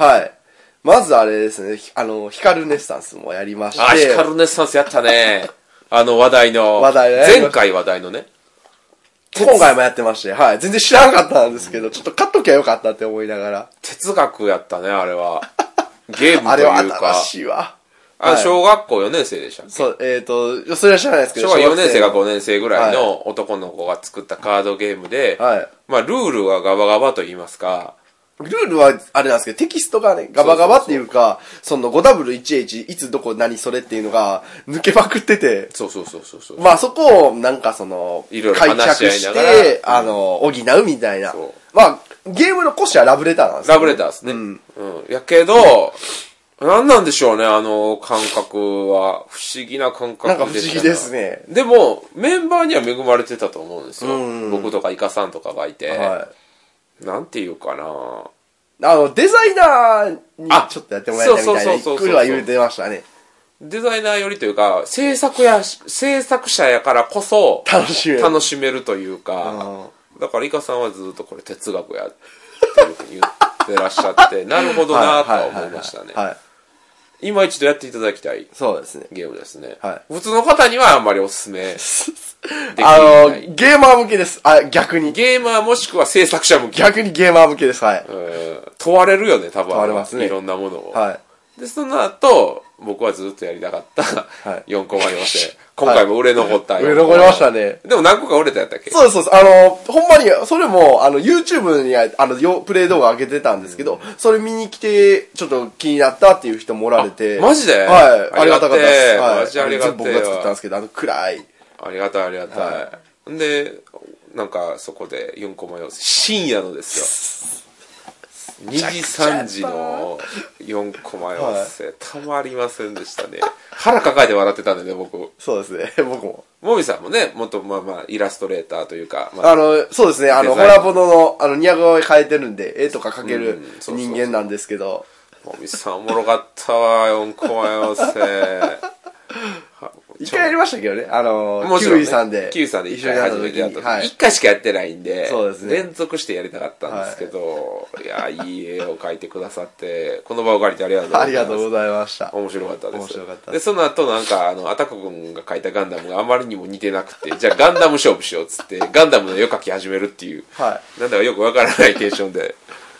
Speaker 2: まずあれですね、ひあの、ヒカルネッサンスもやりまして、
Speaker 1: あヒカルネッサンスやったねあの話題の
Speaker 2: 話題ね
Speaker 1: 前回話題のね
Speaker 2: 今回もやってまして、はい。全然知らなかったんですけど、ちょっと買っときゃよかったって思いながら、
Speaker 1: 哲学やったねあれは ゲーム
Speaker 2: あ
Speaker 1: と
Speaker 2: れは
Speaker 1: いう
Speaker 2: 新
Speaker 1: か
Speaker 2: しいわ。
Speaker 1: あ
Speaker 2: はい
Speaker 1: 小学校4年生でしたっけ
Speaker 2: そう、えっ、と、それは知らないですけ
Speaker 1: 小
Speaker 2: ど、
Speaker 1: 学4年生が
Speaker 2: 小学
Speaker 1: 5年生ぐらいの男の子が作ったカードゲームで、
Speaker 2: はい
Speaker 1: まあルールはガバガバと言いますか、
Speaker 2: ルールはあれなんですけど、テキストがね、ガバガバっていうか、その 5W1H、いつどこ何それっていうのが抜けまくってて、
Speaker 1: そうそうそうそうそう。
Speaker 2: まあそこをなんかその、
Speaker 1: いろいろ
Speaker 2: 解
Speaker 1: 話し
Speaker 2: 釈
Speaker 1: 合い
Speaker 2: し
Speaker 1: ながら
Speaker 2: て、あの、補うみたいな
Speaker 1: そ。
Speaker 2: まあ、ゲームの骨子はラブレターなんですよ
Speaker 1: ラブレターですね。
Speaker 2: う
Speaker 1: うんん。やけど、なんなんでしょうね、あの感覚は。不思議な感覚
Speaker 2: なんか不思議です
Speaker 1: ね。
Speaker 2: ね。
Speaker 1: でも、メンバーには恵まれてたと思うんですよ。
Speaker 2: うんうん
Speaker 1: 僕とかイカさんとかがいて。
Speaker 2: は。
Speaker 1: なんていうかない
Speaker 2: あの、デザイナーに
Speaker 1: あ
Speaker 2: ちょっとやってもらいたいみたいな、
Speaker 1: そうそうそうそう
Speaker 2: 一句は言うてましたね。
Speaker 1: デザイナーよりというか、制作や、制作者やからこそ、
Speaker 2: 楽しみ。
Speaker 1: 楽しめるというか、だからイカさんはずっとこれ哲学やっていうふうに言ってらっしゃって なるほどなとは思いましたね
Speaker 2: はいはいはいはい。
Speaker 1: 今一度やっていただきたい
Speaker 2: そうですね。
Speaker 1: ゲームですね、
Speaker 2: はい
Speaker 1: 普通の方にはあんまりおすすめできな
Speaker 2: あ
Speaker 1: い
Speaker 2: の、ゲーマー向けです。あ、逆に。
Speaker 1: ゲーマーもしくは制作者向け、
Speaker 2: 逆にゲーマー向けです。はい。
Speaker 1: うん問われるよね多分
Speaker 2: 問われますね
Speaker 1: いろんなものを、
Speaker 2: はい。
Speaker 1: でその後僕はずっとやりたかった、
Speaker 2: はい
Speaker 1: 4コマ要請今回も売れ残った
Speaker 2: 売れ残りましたね。
Speaker 1: でも何個か売れたやったっけ
Speaker 2: そうです、そうです。あの、ほんまに、それも、あの、YouTube に、あの、よプレイ動画上げてたんですけど、それ見に来て、ちょっと気になったっていう人もおられて。
Speaker 1: あマジで
Speaker 2: はい。あ
Speaker 1: あ
Speaker 2: り
Speaker 1: り
Speaker 2: が
Speaker 1: がて
Speaker 2: たかったです。はい。
Speaker 1: マジありがて
Speaker 2: 全部僕が作ったんですけど、あの、暗い。
Speaker 1: ありがたいありがたい、でなんかそこで4コマ要請深夜のですよ2時3時の4コマ要請、たまりませんでしたね腹抱えて笑ってたんでね僕
Speaker 2: そうですね、 僕も。
Speaker 1: もみさんもね元まあまあイラストレーターというか、まあ
Speaker 2: あの、そうですね、あの、
Speaker 1: デ
Speaker 2: ホ
Speaker 1: ザイン
Speaker 2: ラボノの、あの、似顔絵変えてるんで、絵とか描け
Speaker 1: う
Speaker 2: る
Speaker 1: んそうそうそう
Speaker 2: 人間なんですけど、
Speaker 1: もみさんおもろかったわ4コマ要請は
Speaker 2: 一回やりましたけどね、あの、
Speaker 1: もち
Speaker 2: キ
Speaker 1: ろ
Speaker 2: ウ
Speaker 1: ん、ね、
Speaker 2: イさんで。
Speaker 1: キウイさんで
Speaker 2: 一
Speaker 1: 一
Speaker 2: 緒に
Speaker 1: 回
Speaker 2: やった
Speaker 1: 初め
Speaker 2: 時
Speaker 1: てやった
Speaker 2: に。
Speaker 1: 時、
Speaker 2: はい
Speaker 1: 一。回しかやってないんで、
Speaker 2: そうですね
Speaker 1: 連続してやりたかったんですけど、い、や、いい絵を描いてくださって、この場を借りてありがとうございま
Speaker 2: あ
Speaker 1: す。
Speaker 2: りがとうございました。
Speaker 1: 面白かったです。
Speaker 2: 面白かった
Speaker 1: で、その後なんか、あの、アタク君が描いたガンダムがあまりにも似てなくて、じゃあガンダム勝負しようっつって、ガンダムの絵を描き始めるっていう、
Speaker 2: は
Speaker 1: なんだかよくわからないテンションで、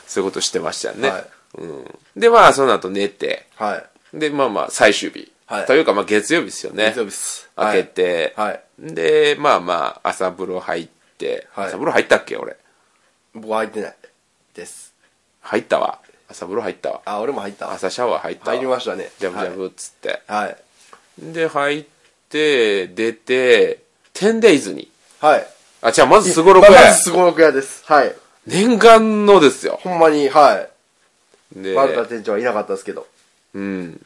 Speaker 1: そういうことしてましたよね。
Speaker 2: はい
Speaker 1: うん。で、まあ、その後寝て、
Speaker 2: はい。
Speaker 1: で、まあまあ、最終日。
Speaker 2: はい
Speaker 1: というか、まあ、月曜日ですよね。
Speaker 2: 月曜日っす
Speaker 1: 開けて。
Speaker 2: はい
Speaker 1: で、まあまあ、朝風呂入って。
Speaker 2: はい
Speaker 1: 朝風呂入ったっけ俺。
Speaker 2: 僕は入ってない。です。
Speaker 1: 入ったわ。朝風呂入ったわ。
Speaker 2: あ、俺も入った。
Speaker 1: 朝シャワー入ったわ。
Speaker 2: 入りましたね。
Speaker 1: ジャブジャブっつって。
Speaker 2: はい。はい。
Speaker 1: で、入って、出て、10 days に。
Speaker 2: はい。
Speaker 1: あ、じゃあまずすごろく
Speaker 2: まあま
Speaker 1: や
Speaker 2: ず。すごろく屋です。はい。
Speaker 1: 念願のですよ。
Speaker 2: ほんまに、は
Speaker 1: で
Speaker 2: い。丸田店長はいなかったですけど。
Speaker 1: うん。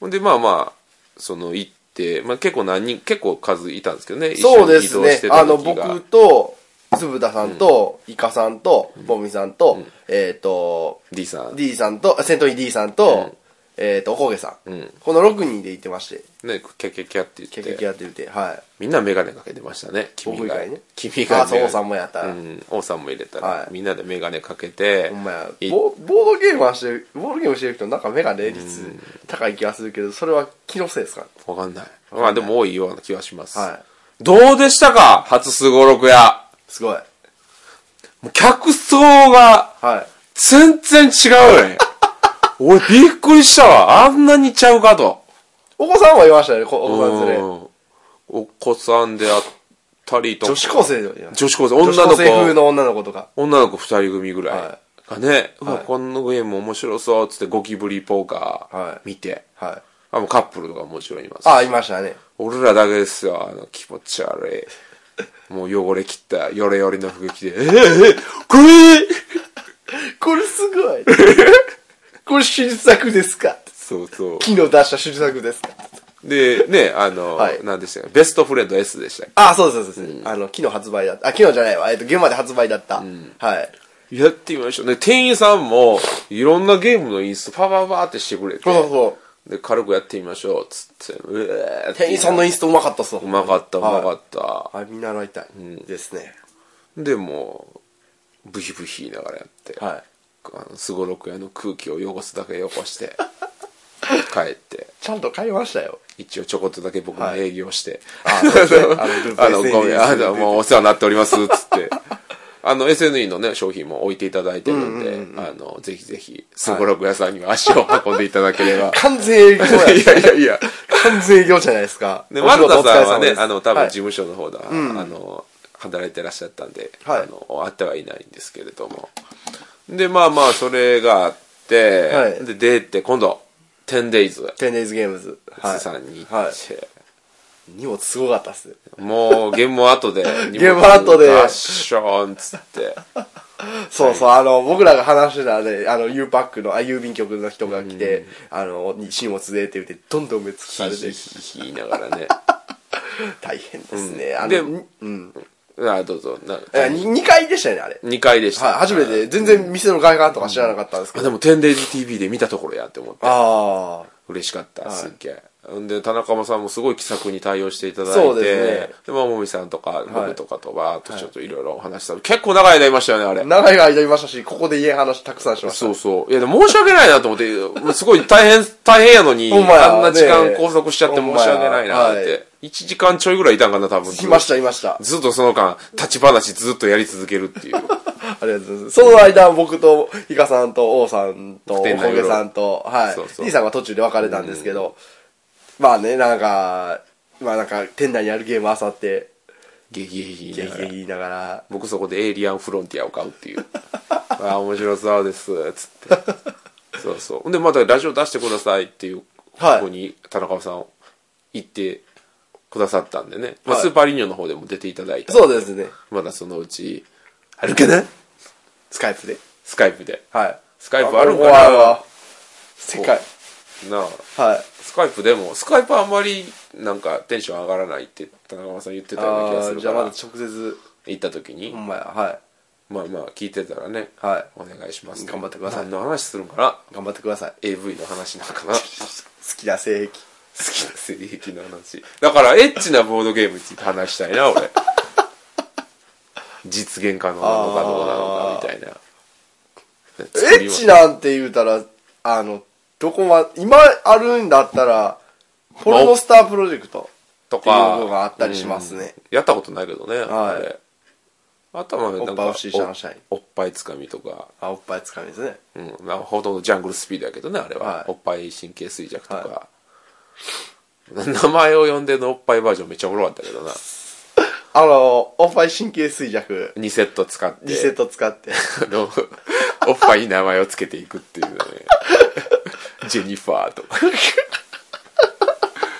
Speaker 1: ほんで、まあまあ、その、行って、まあ結構何人、結構数いたんですけどね。一緒
Speaker 2: そう
Speaker 1: に
Speaker 2: です
Speaker 1: 移動し
Speaker 2: ね
Speaker 1: て。た
Speaker 2: あの、
Speaker 1: 時が
Speaker 2: 僕と、ぶ田さんと、イカさんと、ボミさんと、えっと、
Speaker 1: D さん。
Speaker 2: D さんと、セントリー D さんと、えっと、おこげさ
Speaker 1: うんん。
Speaker 2: この6人で行ってまして、
Speaker 1: ね、キャキャキャって言って。
Speaker 2: 結局やってみて、はい。
Speaker 1: みんなメガネかけてましたね。君
Speaker 2: 僕以
Speaker 1: が。
Speaker 2: 外ね
Speaker 1: 君が、ね。
Speaker 2: あ、そう、王さんもやった
Speaker 1: う
Speaker 2: ら。
Speaker 1: ん。王さんも入れたら、
Speaker 2: はい
Speaker 1: みんなでメガネかけて。
Speaker 2: ほんまや。
Speaker 1: い
Speaker 2: ボボードゲームはしてる、ボードゲームしてる人、なんか目がね、率高い気がするけど、それは気のせいですかね。
Speaker 1: わかんない。まあでも多いような気がします。
Speaker 2: はい
Speaker 1: どうでしたか初すごろくや。
Speaker 2: すごい。
Speaker 1: もう客層が、
Speaker 2: はい。
Speaker 1: 全然違う ね。俺びっくりしたわ。あんなにちゃうかと。
Speaker 2: お子さんは言いましたね、こお子さん連れ。
Speaker 1: うんお子さんであったりとか
Speaker 2: 女子高生でもいます
Speaker 1: 女子高生、
Speaker 2: 女
Speaker 1: 女
Speaker 2: 子
Speaker 1: の
Speaker 2: 高生風
Speaker 1: 子、
Speaker 2: の女の子とか。
Speaker 1: 女の子二人組ぐら
Speaker 2: はい
Speaker 1: がね、うわ
Speaker 2: はい
Speaker 1: このゲーム面白そうっつってゴキブリポーカ
Speaker 2: は
Speaker 1: ー
Speaker 2: い
Speaker 1: 見て、
Speaker 2: はい。
Speaker 1: あ、もうカップルとかもちろんいます。
Speaker 2: あ、いましたね。
Speaker 1: 俺らだけですよ、あの気持ち悪い。もう汚れ切った、ヨレヨレの服着て、ええええこれ
Speaker 2: これすごい。 これ新作ですか
Speaker 1: そうそう。
Speaker 2: 昨日出した新作ですか
Speaker 1: で、ね、あの、
Speaker 2: はい
Speaker 1: 何でしたっけベストフレンド S でしたっ
Speaker 2: あ、そうですそうです、あの、昨日発売だった。あ、昨日じゃないわ。えっと、現場で発売だった。はい。
Speaker 1: けやってみましょう。で、店員さんも、いろんなゲームのインストパパパーってしてくれて、
Speaker 2: そうそうそう。
Speaker 1: で、軽くやってみましょう、つって、うえーって
Speaker 2: 店員さんのインストうまかったっすわ
Speaker 1: うまかった、う
Speaker 2: は
Speaker 1: ま
Speaker 2: い
Speaker 1: かった。
Speaker 2: あ、見習いたい。ですね。
Speaker 1: で、もう、ブヒブヒ言いながらやって、
Speaker 2: はい。
Speaker 1: あの、すごろく屋の空気を汚すだけ汚 して、帰って。
Speaker 2: ちゃんと買いましたよ。
Speaker 1: 一応ちょこっとだけ僕も営業して、
Speaker 2: あそうですねあのグループ
Speaker 1: あの、ごめん、あ
Speaker 2: SNS
Speaker 1: の、もうお世話になっております、つっ て。あの、SNE のね、商品も置いていただいてるんで、あの、ぜひぜひ、すごろく屋さんには足を運んでいただければ。
Speaker 2: 完全 営業や。
Speaker 1: いやいやいや。
Speaker 2: 完全営業じゃないですか。
Speaker 1: で、
Speaker 2: お仕
Speaker 1: 丸
Speaker 2: 事
Speaker 1: 田さん
Speaker 2: お
Speaker 1: は
Speaker 2: 疲れ様
Speaker 1: ね
Speaker 2: で、す
Speaker 1: あの、多分
Speaker 2: はい
Speaker 1: 事務所の方だ、あの、働いてらっしゃったんで、
Speaker 2: はい
Speaker 1: あの、会ってはいないんですけれども。で、まあまあ、それがあって、
Speaker 2: はい
Speaker 1: で、出て、今度、10days
Speaker 2: 10 days games。はい。
Speaker 1: さんに行って、
Speaker 2: はい。荷物すごかったっす。
Speaker 1: もう、ゲーム後で、ゲ
Speaker 2: ゲーム後で
Speaker 1: ガッションっつって。
Speaker 2: そうそう、あの、僕らが話してたね、あの、U パックの、あ、郵便局の人が来て、あの、に荷物でって言って、どんどん埋め尽く
Speaker 1: ヒ
Speaker 2: さ
Speaker 1: ー
Speaker 2: れ
Speaker 1: ヒー
Speaker 2: て、
Speaker 1: ヒーヒー言いながらね。
Speaker 2: 大変ですね。あ
Speaker 1: で
Speaker 2: の、うん。
Speaker 1: あ、どうぞ。な
Speaker 2: え、2階でしたよね、あれ。
Speaker 1: 2回でした。
Speaker 2: はい、初めて、全然店の外観とか知らなかったんですけ
Speaker 1: あ
Speaker 2: ど。
Speaker 1: でも、10 days TV で見たところやって思って。
Speaker 2: ああ。
Speaker 1: 嬉しかった、すっげえ。んで、田中さんもすごい気さくに対応していただいて、
Speaker 2: そうですね
Speaker 1: で、まあ、もみさんとか、僕とかとばーっとちょっといろいろお話しした。結構長い間いましたよね、あれ。
Speaker 2: 長い間いましたし、ここで家話たくさんしまし
Speaker 1: そうそう。いや、でも申し訳ないなと思って、もうすごい大変、大変やのに、
Speaker 2: ほんまや
Speaker 1: あんな時間
Speaker 2: ね
Speaker 1: 拘束しちゃって申し訳ないなって。
Speaker 2: ほんまやは
Speaker 1: 1時間ちょいぐらいいたんかな、多分。
Speaker 2: た。いました、いました。
Speaker 1: ずっとその間、立ち話ずっとやり続ける っていう。
Speaker 2: ありがとうございます。その間、僕と、イカさんと、王さんと、お
Speaker 1: 店内
Speaker 2: こ
Speaker 1: うろ
Speaker 2: げさんと、はい。
Speaker 1: そうそう
Speaker 2: D さんが途中で別れたんですけど、まあね、なんか、まあなんか、店内にあるゲームあさって、
Speaker 1: ゲゲゲ
Speaker 2: ゲ
Speaker 1: ゲ
Speaker 2: ーゲー言いながら、
Speaker 1: 僕そこでエイリアンフロンティアを買うっていう。 ああ、面白そうです、つって。そうそう。ほんで、またラジオ出してくださいっていう、
Speaker 2: はい
Speaker 1: ここに田中さん行ってくださったんでね。まあ、
Speaker 2: はい
Speaker 1: スーパーリニョの方でも出ていただいた。
Speaker 2: そうですね、
Speaker 1: まだそのうち、あるかな
Speaker 2: スカイプで。
Speaker 1: スカイプで。
Speaker 2: はい。
Speaker 1: スカイプあるかな
Speaker 2: 怖いわ世界。
Speaker 1: なあ
Speaker 2: はい。
Speaker 1: スカイプでも、スカイプあんまりなんかテンション上がらないって田中さん言ってたような気が
Speaker 2: あ
Speaker 1: す
Speaker 2: ー
Speaker 1: る
Speaker 2: じ
Speaker 1: か
Speaker 2: ゃあまだ
Speaker 1: ら
Speaker 2: 直、接、
Speaker 1: 行った時に
Speaker 2: ほ、んまや、は
Speaker 1: まあまあ聞いてたらね、
Speaker 2: い。は
Speaker 1: お願いします。
Speaker 2: 頑張ってください
Speaker 1: 何の話するんかな。
Speaker 2: い。頑張ってください。
Speaker 1: AV の話なんかな。好
Speaker 2: 好きな性癖。
Speaker 1: きな性癖の話。だから、エッチなボードゲームについて話したいな、俺。実現可能なのかどうなのかみたいな。作
Speaker 2: エ
Speaker 1: り
Speaker 2: ッ
Speaker 1: ま
Speaker 2: チなんて言うたら、あの、どこま、今あるんだったら、ポルノスタープロジェクト
Speaker 1: と
Speaker 2: っていう
Speaker 1: か、
Speaker 2: のがあったりしますね。
Speaker 1: やったことないけどね、
Speaker 2: はい
Speaker 1: あれ。あとはなんか
Speaker 2: おっぱいお尻下の下に
Speaker 1: おおっぱいつかみとか、
Speaker 2: あ、おっぱいつかみですね。
Speaker 1: うん、まあほとんどジャングルスピードやけどね、あれは。
Speaker 2: はい
Speaker 1: おっぱい神経衰弱とか。
Speaker 2: は
Speaker 1: 名前を呼んでのおっぱいバージョンめっちゃおもろかったけどな。
Speaker 2: あの、おっぱい神経衰弱、
Speaker 1: 2セット使って。
Speaker 2: リセット使って。
Speaker 1: あの、おっぱいに名前をつけていくっていうのね。ジェニファーとか。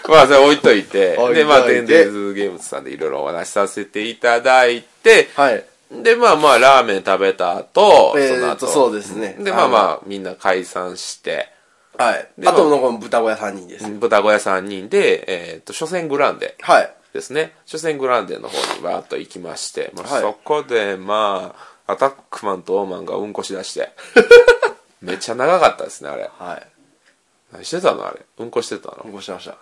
Speaker 1: まあ、それ置いといて。
Speaker 2: 置いといて
Speaker 1: で、まあ、テンデイズゲームズさんでいろいろお話しさせていただいて、
Speaker 2: はい。
Speaker 1: で、まあまあ、ラーメン食べた後、
Speaker 2: え
Speaker 1: その
Speaker 2: ーっ
Speaker 1: 後。
Speaker 2: と、そうですね。
Speaker 1: で、まあまあ、みんな解散して、
Speaker 2: あ。はい。
Speaker 1: で
Speaker 2: あとのこの豚小屋3人です。
Speaker 1: 豚小屋3人で、えーっと、初戦グランデ
Speaker 2: はい。
Speaker 1: ですね。初戦グランデの方にバーッと行きまして、まあ、
Speaker 2: はい
Speaker 1: そこで、まあ、アタックマンとオーマンがうんこしだ して、めっちゃ長かったですね、あれ。
Speaker 2: はい。
Speaker 1: 何してたのあれ。うんこしてたの
Speaker 2: 起こしました。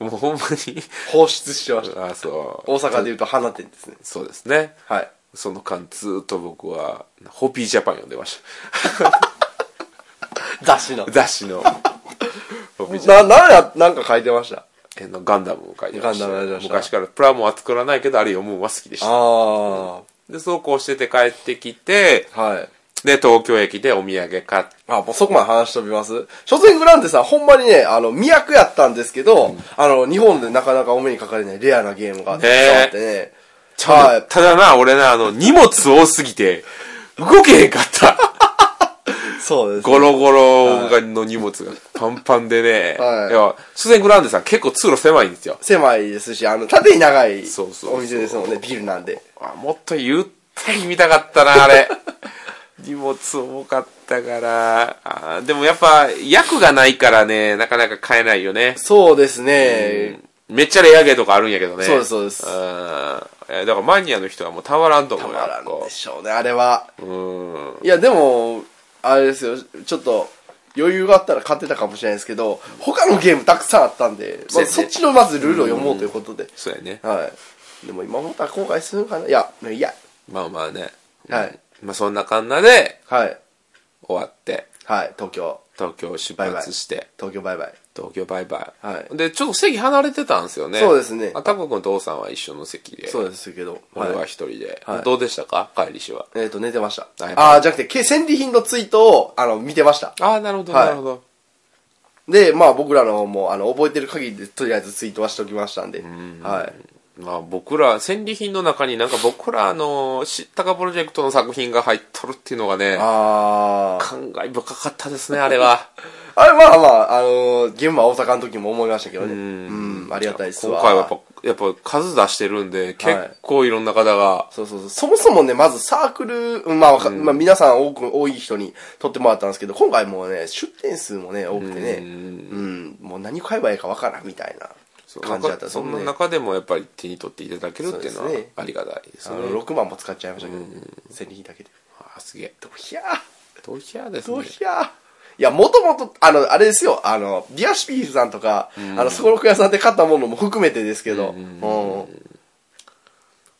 Speaker 1: もうほんまに。
Speaker 2: 放出してました。
Speaker 1: あ、そう。
Speaker 2: 大阪で言うと花店ですね。
Speaker 1: そうですね。
Speaker 2: はい。
Speaker 1: その間、ずーっと僕は、ホピージャパン呼んでまし
Speaker 2: 雑誌の
Speaker 1: た。。雑誌 の。ホピージャパン
Speaker 2: な、なんや、なんか書いてました。
Speaker 1: えのガンダムを描いてました
Speaker 2: ガンダムを描いてました
Speaker 1: 昔からプラモは作らないけどあれ読むのは好きでした
Speaker 2: あ
Speaker 1: でそうこうしてて帰ってきて
Speaker 2: あ。はい。
Speaker 1: で、東京駅でお土産買って、
Speaker 2: あ、もうそこまで話飛びます所詮グランデさん、ほんまにね、あの、未役やったんですけど、あの、日本でなかなかお目にかかれないレアなゲームがたくさんあってね。はい。
Speaker 1: ただな、俺な、あの、荷物多すぎて、動けへんか った。
Speaker 2: そうです。
Speaker 1: ゴロゴロがの荷物がパンパンでね。
Speaker 2: はい
Speaker 1: いや、所詮グランデさん結構通路狭いんですよ。
Speaker 2: 狭いですし、あの、縦に長い
Speaker 1: そうそうそう
Speaker 2: お店ですもんね、ビルなんで。
Speaker 1: あもっとゆったり見たかった な、あれ。荷物重かったから。あでもやっぱ、役がないからね、なかなか買えないよね。
Speaker 2: そうですね。
Speaker 1: めっちゃレアゲーとかあるんやけどね。
Speaker 2: そうですそうです
Speaker 1: んえだからマニアの人はもうたまらんと思
Speaker 2: た
Speaker 1: うよ。
Speaker 2: まらんで
Speaker 1: こ
Speaker 2: しょうね、あれは。
Speaker 1: ううん。
Speaker 2: いや、でも、あれですよ、ちょっと、余裕があったら勝てたかもしれないですけど、他のゲームたくさんあったんで、
Speaker 1: そう
Speaker 2: まあ
Speaker 1: やね
Speaker 2: そっちのまずルールを読もうということで。
Speaker 1: そうやね。
Speaker 2: はい。でも今思ったら後悔するのかないや、いや。
Speaker 1: まあまあね。
Speaker 2: はい。
Speaker 1: まあそんなかんなで
Speaker 2: はい。
Speaker 1: 終わって、
Speaker 2: はい。東京。
Speaker 1: 東京を出発して。
Speaker 2: 東京バイバイ。
Speaker 1: 東京バイバイ、
Speaker 2: はい
Speaker 1: でちょっと席離れてたんですよね
Speaker 2: そうですね
Speaker 1: あタコ君と王さんは一緒の席で
Speaker 2: そうですけど。
Speaker 1: 俺は
Speaker 2: はい
Speaker 1: 一人で、
Speaker 2: はい
Speaker 1: どうでしたか帰りしは
Speaker 2: えっ、と、寝てました。
Speaker 1: はい
Speaker 2: ああ、じゃなくて、け戦利品のツイートを、あの、見てました。
Speaker 1: ああなるほど、
Speaker 2: はい
Speaker 1: なるほど
Speaker 2: で、まあ僕らの方も、あの、覚えてる限りで、とりあえずツイートはしておきましたんで。はい。
Speaker 1: まあ僕ら戦利品の中になんか僕らの知ったかプロジェクトの作品が入っとるっていうのがね
Speaker 2: ああ。
Speaker 1: 感慨深かったですねあれは
Speaker 2: あれ、まあまあ、あのー、現場大阪の時も思いましたけどね。うんん、ありがたいですわ。
Speaker 1: 今回はやっぱやっぱ数出してるんで結構いろんな方が、
Speaker 2: そうそうそう。そもそもね、まずサークル、うんまあわか、まあ皆さん多く、多い人に撮ってもらったんですけど、今回もうね、出店数もね、多くてね、うん、もう何買えばいいかわからんみたいな
Speaker 1: そう
Speaker 2: 感じだった
Speaker 1: そん
Speaker 2: で
Speaker 1: な
Speaker 2: すね
Speaker 1: 中でもやっぱり手に取っていただけるっていうのは
Speaker 2: そうですね
Speaker 1: ありがたいです
Speaker 2: あ
Speaker 1: ね
Speaker 2: の、6万も使っちゃいましたけど、戦利品だけで。
Speaker 1: あすげえ
Speaker 2: ドヒャー
Speaker 1: ドヒャーですね
Speaker 2: ドヒャーいや、もともと、あの、あれですよ、あの、ディアシピールさんとか、あの、スゴロク屋さんで買ったものも含めてですけど、うん。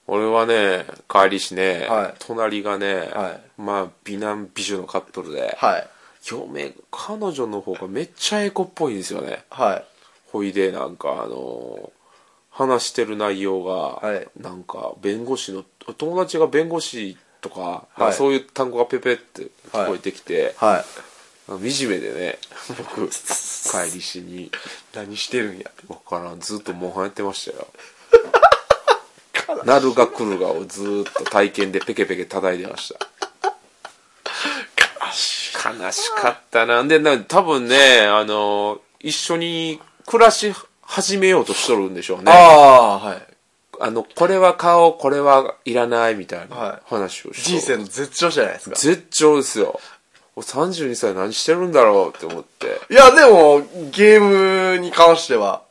Speaker 1: 俺はね帰りしね、
Speaker 2: はい
Speaker 1: 隣がね、
Speaker 2: はい
Speaker 1: まあ美男美女のカップルで、
Speaker 2: はい。
Speaker 1: 嫁彼女の方がめっちゃエコっぽいんですよね
Speaker 2: はい。
Speaker 1: ほいでなんかあのー話してる内容が、
Speaker 2: はい
Speaker 1: なんか弁護士の友達が弁護士とか,、
Speaker 2: い
Speaker 1: なんかそういう単語がペペって聞こえてきて、
Speaker 2: はい。
Speaker 1: 惨めで ね僕帰りしに
Speaker 2: 何してるんや。
Speaker 1: わからんずっとモンハンやってましたよなるが来るがをずーっと体験でペケペケ叩いてました
Speaker 2: 悲しい。
Speaker 1: 悲しかったなでな多分ねあの一緒に暮らし始めようとしとるんでしょうねあ
Speaker 2: ああー、はい。
Speaker 1: のこれは買おうこれはいらないみたい
Speaker 2: はい
Speaker 1: な話をしとる
Speaker 2: 人生の絶頂じゃないですか。
Speaker 1: 絶頂ですよ俺32歳何してるんだろうって思って
Speaker 2: いや、でも、ゲームに関しては、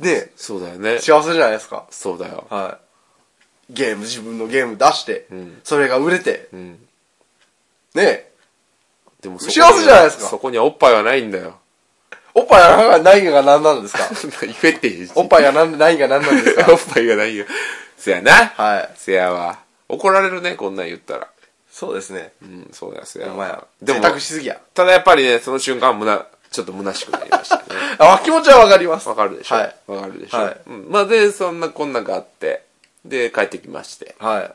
Speaker 2: ね、
Speaker 1: そうだよね
Speaker 2: 幸せじゃないですか。
Speaker 1: そうだよ
Speaker 2: はい。ゲーム、自分のゲーム出して、それが売れて、
Speaker 1: ん
Speaker 2: ね、
Speaker 1: でも
Speaker 2: 幸せじゃないですか
Speaker 1: そこにはおっぱいはないんだよ
Speaker 2: おっぱいがないないが何なん ですか
Speaker 1: 言えてへんし
Speaker 2: おっぱいがなんないが何なんで す
Speaker 1: お
Speaker 2: か
Speaker 1: っぱいがないよ。せやな。
Speaker 2: はい。
Speaker 1: せやわ。怒られるね、こんなん言ったら。
Speaker 2: そうですね。
Speaker 1: うん、そうだ、せ
Speaker 2: お
Speaker 1: や
Speaker 2: 前は
Speaker 1: わ。。で
Speaker 2: 贅
Speaker 1: も、
Speaker 2: 沢しすぎや。
Speaker 1: ただやっぱりね、その瞬間はむな、ちょっと虚しくなりましたね。
Speaker 2: あ、気持ちは わかります。
Speaker 1: わかるでしょ
Speaker 2: はい。
Speaker 1: わかるでしょ、
Speaker 2: はい
Speaker 1: うんまあで、そんなこんなんがあって、で、帰ってきまして、
Speaker 2: はい。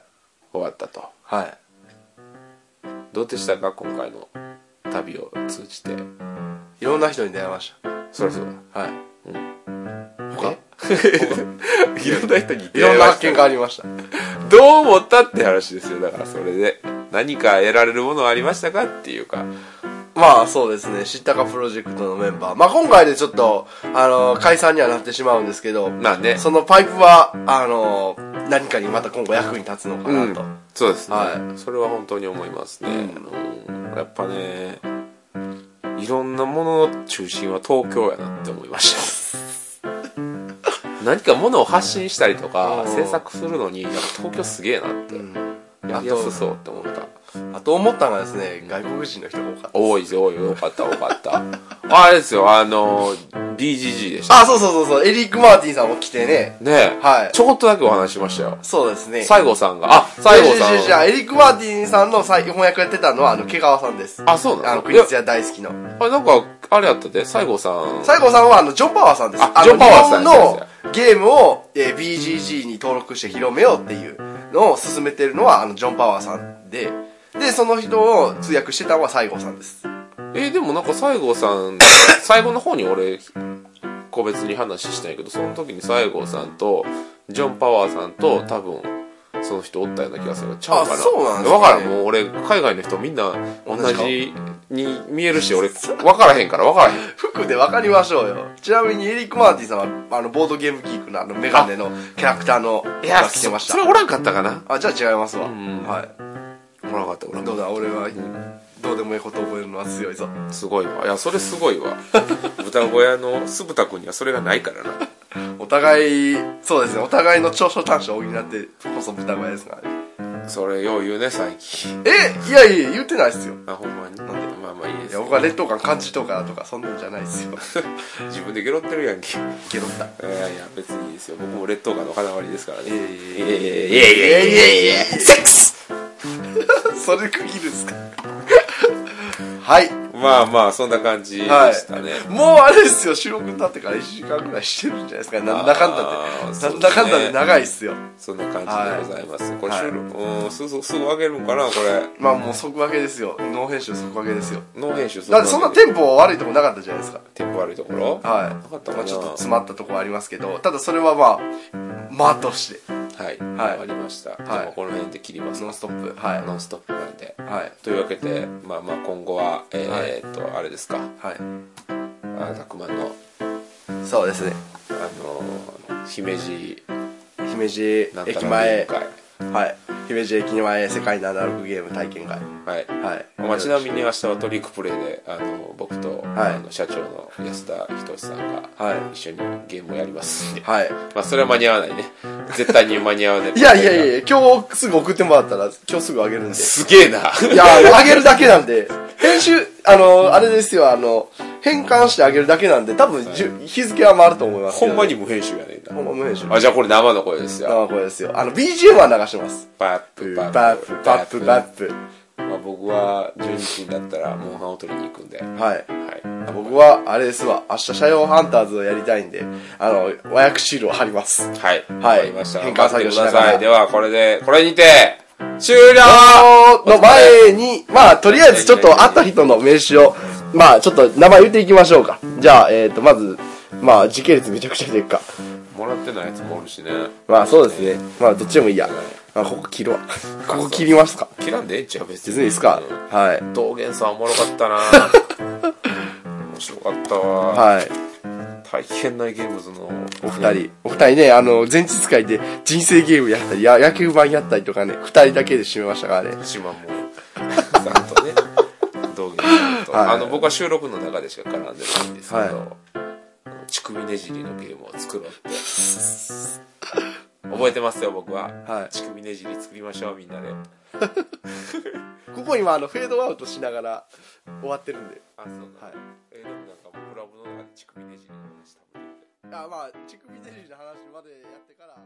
Speaker 1: 終わったと。
Speaker 2: はい。
Speaker 1: どうでしたか、今回の旅を通じて。
Speaker 2: いろんな人に出会いまし
Speaker 1: そりゃそうだ。
Speaker 2: た。はい。
Speaker 1: 他 いろんな人に
Speaker 2: い
Speaker 1: 出
Speaker 2: ろ
Speaker 1: 会
Speaker 2: ん
Speaker 1: い
Speaker 2: な
Speaker 1: ま
Speaker 2: 発
Speaker 1: した
Speaker 2: 見がありました。
Speaker 1: どう思ったって話ですよ。だからそれで。何か得られるものはありましたかっていうか。
Speaker 2: まあそうですね、知ったかプロジェクトのメンバー。まあ今回でちょっと、あの解散にはなってしまうんですけど、
Speaker 1: まあね
Speaker 2: そのパイプは、あの何かにまた今後役に立つのかなと。
Speaker 1: うんそうですね、
Speaker 2: は
Speaker 1: それは本当に思いますね、あのやっぱねいろんなものの中心は東京やなって思いました 何かものを発信したりとか
Speaker 2: うん
Speaker 1: 制作するのにやっぱ東京すげえなって、やりやすそうって思った
Speaker 2: あと思ったのがですね、外国人の人が多かった。
Speaker 1: 多いです多いよかった多かったあれですよあの BGG でした
Speaker 2: あ、そうそうそうそう、エリック・マーティンさんも来てね。
Speaker 1: ねえ、
Speaker 2: はい
Speaker 1: ちょこっとだけお話ししましたよ
Speaker 2: そうですね。
Speaker 1: 西郷さんがあ西郷
Speaker 2: いやいやいや
Speaker 1: さん
Speaker 2: いやエリック・マーティンさんの最翻訳やってたのは、あの、毛川さんです。
Speaker 1: あそうなの
Speaker 2: あの、クリスチャン大好きの。
Speaker 1: あれなんかあれやったで西郷さん
Speaker 2: 西郷さんはあのジョン・パワーさんです。
Speaker 1: あ
Speaker 2: の
Speaker 1: ジョンパワーさん
Speaker 2: 日本のゲームを、えー BGG に登録して広めようっていうのを進めてるのはあのジョン・パワーさんで、で、その人を通訳してたのは西郷さんです。
Speaker 1: えーでもなんか西郷さ ん最後の方に俺個別に話したんやけどその時に西郷さんとジョン・パワーさんと多分その人おったような気がするちゃうかな
Speaker 2: あそうなんですね
Speaker 1: 分からんもう俺海外の人みんな同
Speaker 2: 同
Speaker 1: じに見えるし俺分からへんから分からへん
Speaker 2: 服で分かりましょうよ。ちなみにエリック・マーティンさんは、あの、ボードゲームキークのあの、メガネのキャラクターの、
Speaker 1: いや
Speaker 2: が着てまし
Speaker 1: そそ
Speaker 2: た。
Speaker 1: れおらんかったかな
Speaker 2: あ、じゃあ違いますわ。
Speaker 1: ん
Speaker 2: はい。
Speaker 1: おらんかったおらんか
Speaker 2: ど
Speaker 1: っ
Speaker 2: うだ、俺は、どうでもいいこと覚えるのは強いぞ。
Speaker 1: たすごいわいやそれすごいわ豚小屋の酢豚君にはそれがないからな
Speaker 2: お互い、そうですね、お互いの長所短所を補ってこそ豚小屋ですからね。
Speaker 1: それよう言うね最近
Speaker 2: えいやいや、言ってないっすよ。
Speaker 1: あほんまにまあまあいいで
Speaker 2: い
Speaker 1: す
Speaker 2: や、僕は劣等感感じとかとか、そんなんじゃないっ すよ。
Speaker 1: 自分でゲロってるやんけ
Speaker 2: けどった。
Speaker 1: いやいや別にいいですよ僕も劣等感の塊ですからねいやい
Speaker 2: え
Speaker 1: やいやいやいやいやセックス
Speaker 2: えそれ区切るっすかはい。
Speaker 1: まあまあそんな感じでしたね、
Speaker 2: もうあれですよ、収録になってから1時間ぐらいしてるんじゃないですか。なんだかんだ
Speaker 1: あー
Speaker 2: で。
Speaker 1: そ
Speaker 2: な
Speaker 1: うですね
Speaker 2: んだかんだで長いっすよ。
Speaker 1: そんな感じでございます、これ
Speaker 2: はい
Speaker 1: 収録、うんすぐすぐ上げるんかなこれ
Speaker 2: まあもう即分けですよ。ノー編集即分けですよ。
Speaker 1: ノー編集する
Speaker 2: だってそんなテンポ悪いとこなかったじゃないですか。
Speaker 1: テンポ悪いところ
Speaker 2: はい。
Speaker 1: なかったか
Speaker 2: ま
Speaker 1: な
Speaker 2: あちょっと詰まったとこはありますけど、ただそれはまあ、間として、
Speaker 1: はい、
Speaker 2: は
Speaker 1: はいい、ありました、じゃあもうこの辺で切ります
Speaker 2: ノンストップ。はい。
Speaker 1: ノンストップなんで
Speaker 2: はい。
Speaker 1: というわけでまあまあ今後はえー、っと、あれですか
Speaker 2: は
Speaker 1: あたくまの
Speaker 2: い。そうですね。
Speaker 1: あのー姫路
Speaker 2: 姫路
Speaker 1: なんたら
Speaker 2: 駅
Speaker 1: 委員
Speaker 2: 前、
Speaker 1: 会
Speaker 2: はい。姫路駅前世界76ゲーム体験会。
Speaker 1: はい
Speaker 2: はい。
Speaker 1: まあ、ちなみに明日はトリックプレイであの僕と、
Speaker 2: はい
Speaker 1: あの社長の安田仁さんが、
Speaker 2: は
Speaker 1: 一緒にゲームをやりますんで、
Speaker 2: はい。
Speaker 1: まあ、それは間に合わないね絶対に間に合わない
Speaker 2: いやいやいや、今日すぐ送ってもらったら、今日すぐあげるんで。
Speaker 1: すげえない
Speaker 2: や、あげるだけなんで、編集、あの、あれですよ、あの、変換してあげるだけなんで、多分、じゅ日付は回ると思いますけ
Speaker 1: ほ
Speaker 2: ど
Speaker 1: んまに無編集やねん
Speaker 2: ほんま
Speaker 1: な
Speaker 2: 無編集。
Speaker 1: あじゃあこれ生の声ですよ
Speaker 2: あ、これですよ。あの、BGM は流してます。
Speaker 1: パップ
Speaker 2: バップ、バップ、バッ
Speaker 1: プ、
Speaker 2: プ。
Speaker 1: まあ、僕は12時になったらモンハンを取りに行くんで、はい、
Speaker 2: はい。僕は、あれですわ、明日、車用ハンターズをやりたいんで、あの、和訳シールを貼ります。
Speaker 1: はいわかりました
Speaker 2: 変換作業しながら
Speaker 1: 頑張ってくださいではこれでこれにて終了
Speaker 2: の前に、まあ、とりあえずちょっと会った人の名刺を、まあ、ちょっと名前言っていきましょうか。じゃあ、えっ、と、まず、まあ、時系列めちゃくちゃでっか。
Speaker 1: もらってないやつもおるしね
Speaker 2: まあ、そうですね。まあ、どっちでもいいや。あ、ここ切るわ。ここ切りますか。
Speaker 1: 切らんでええんちゃう別
Speaker 2: 別にいいですか
Speaker 1: うん
Speaker 2: はい。
Speaker 1: 道元さんおもろかった な面白かったわ、
Speaker 2: はい。
Speaker 1: 大変なゲームズの
Speaker 2: お二人。お二人ね、あの、前日会で人生ゲームやったり、や野球盤やったりとかね、二人だけで締めましたからね。
Speaker 1: 島もさんとね道元さんと、
Speaker 2: はい
Speaker 1: あの僕は収録の中でしか絡んでないんですけど、
Speaker 2: は
Speaker 1: 乳首ねじりのゲームを作ろうって覚えてますよ僕は、
Speaker 2: はい
Speaker 1: 乳首ねじり作りましょうみんなで
Speaker 2: ここ今、あの、フェードアウトしながら終わってるんで。
Speaker 1: あそうなの、
Speaker 2: はい
Speaker 1: えでもなんかもうクラブの中で乳首ねじりの話多分
Speaker 2: あまあ、乳首デジの話までやってから、あの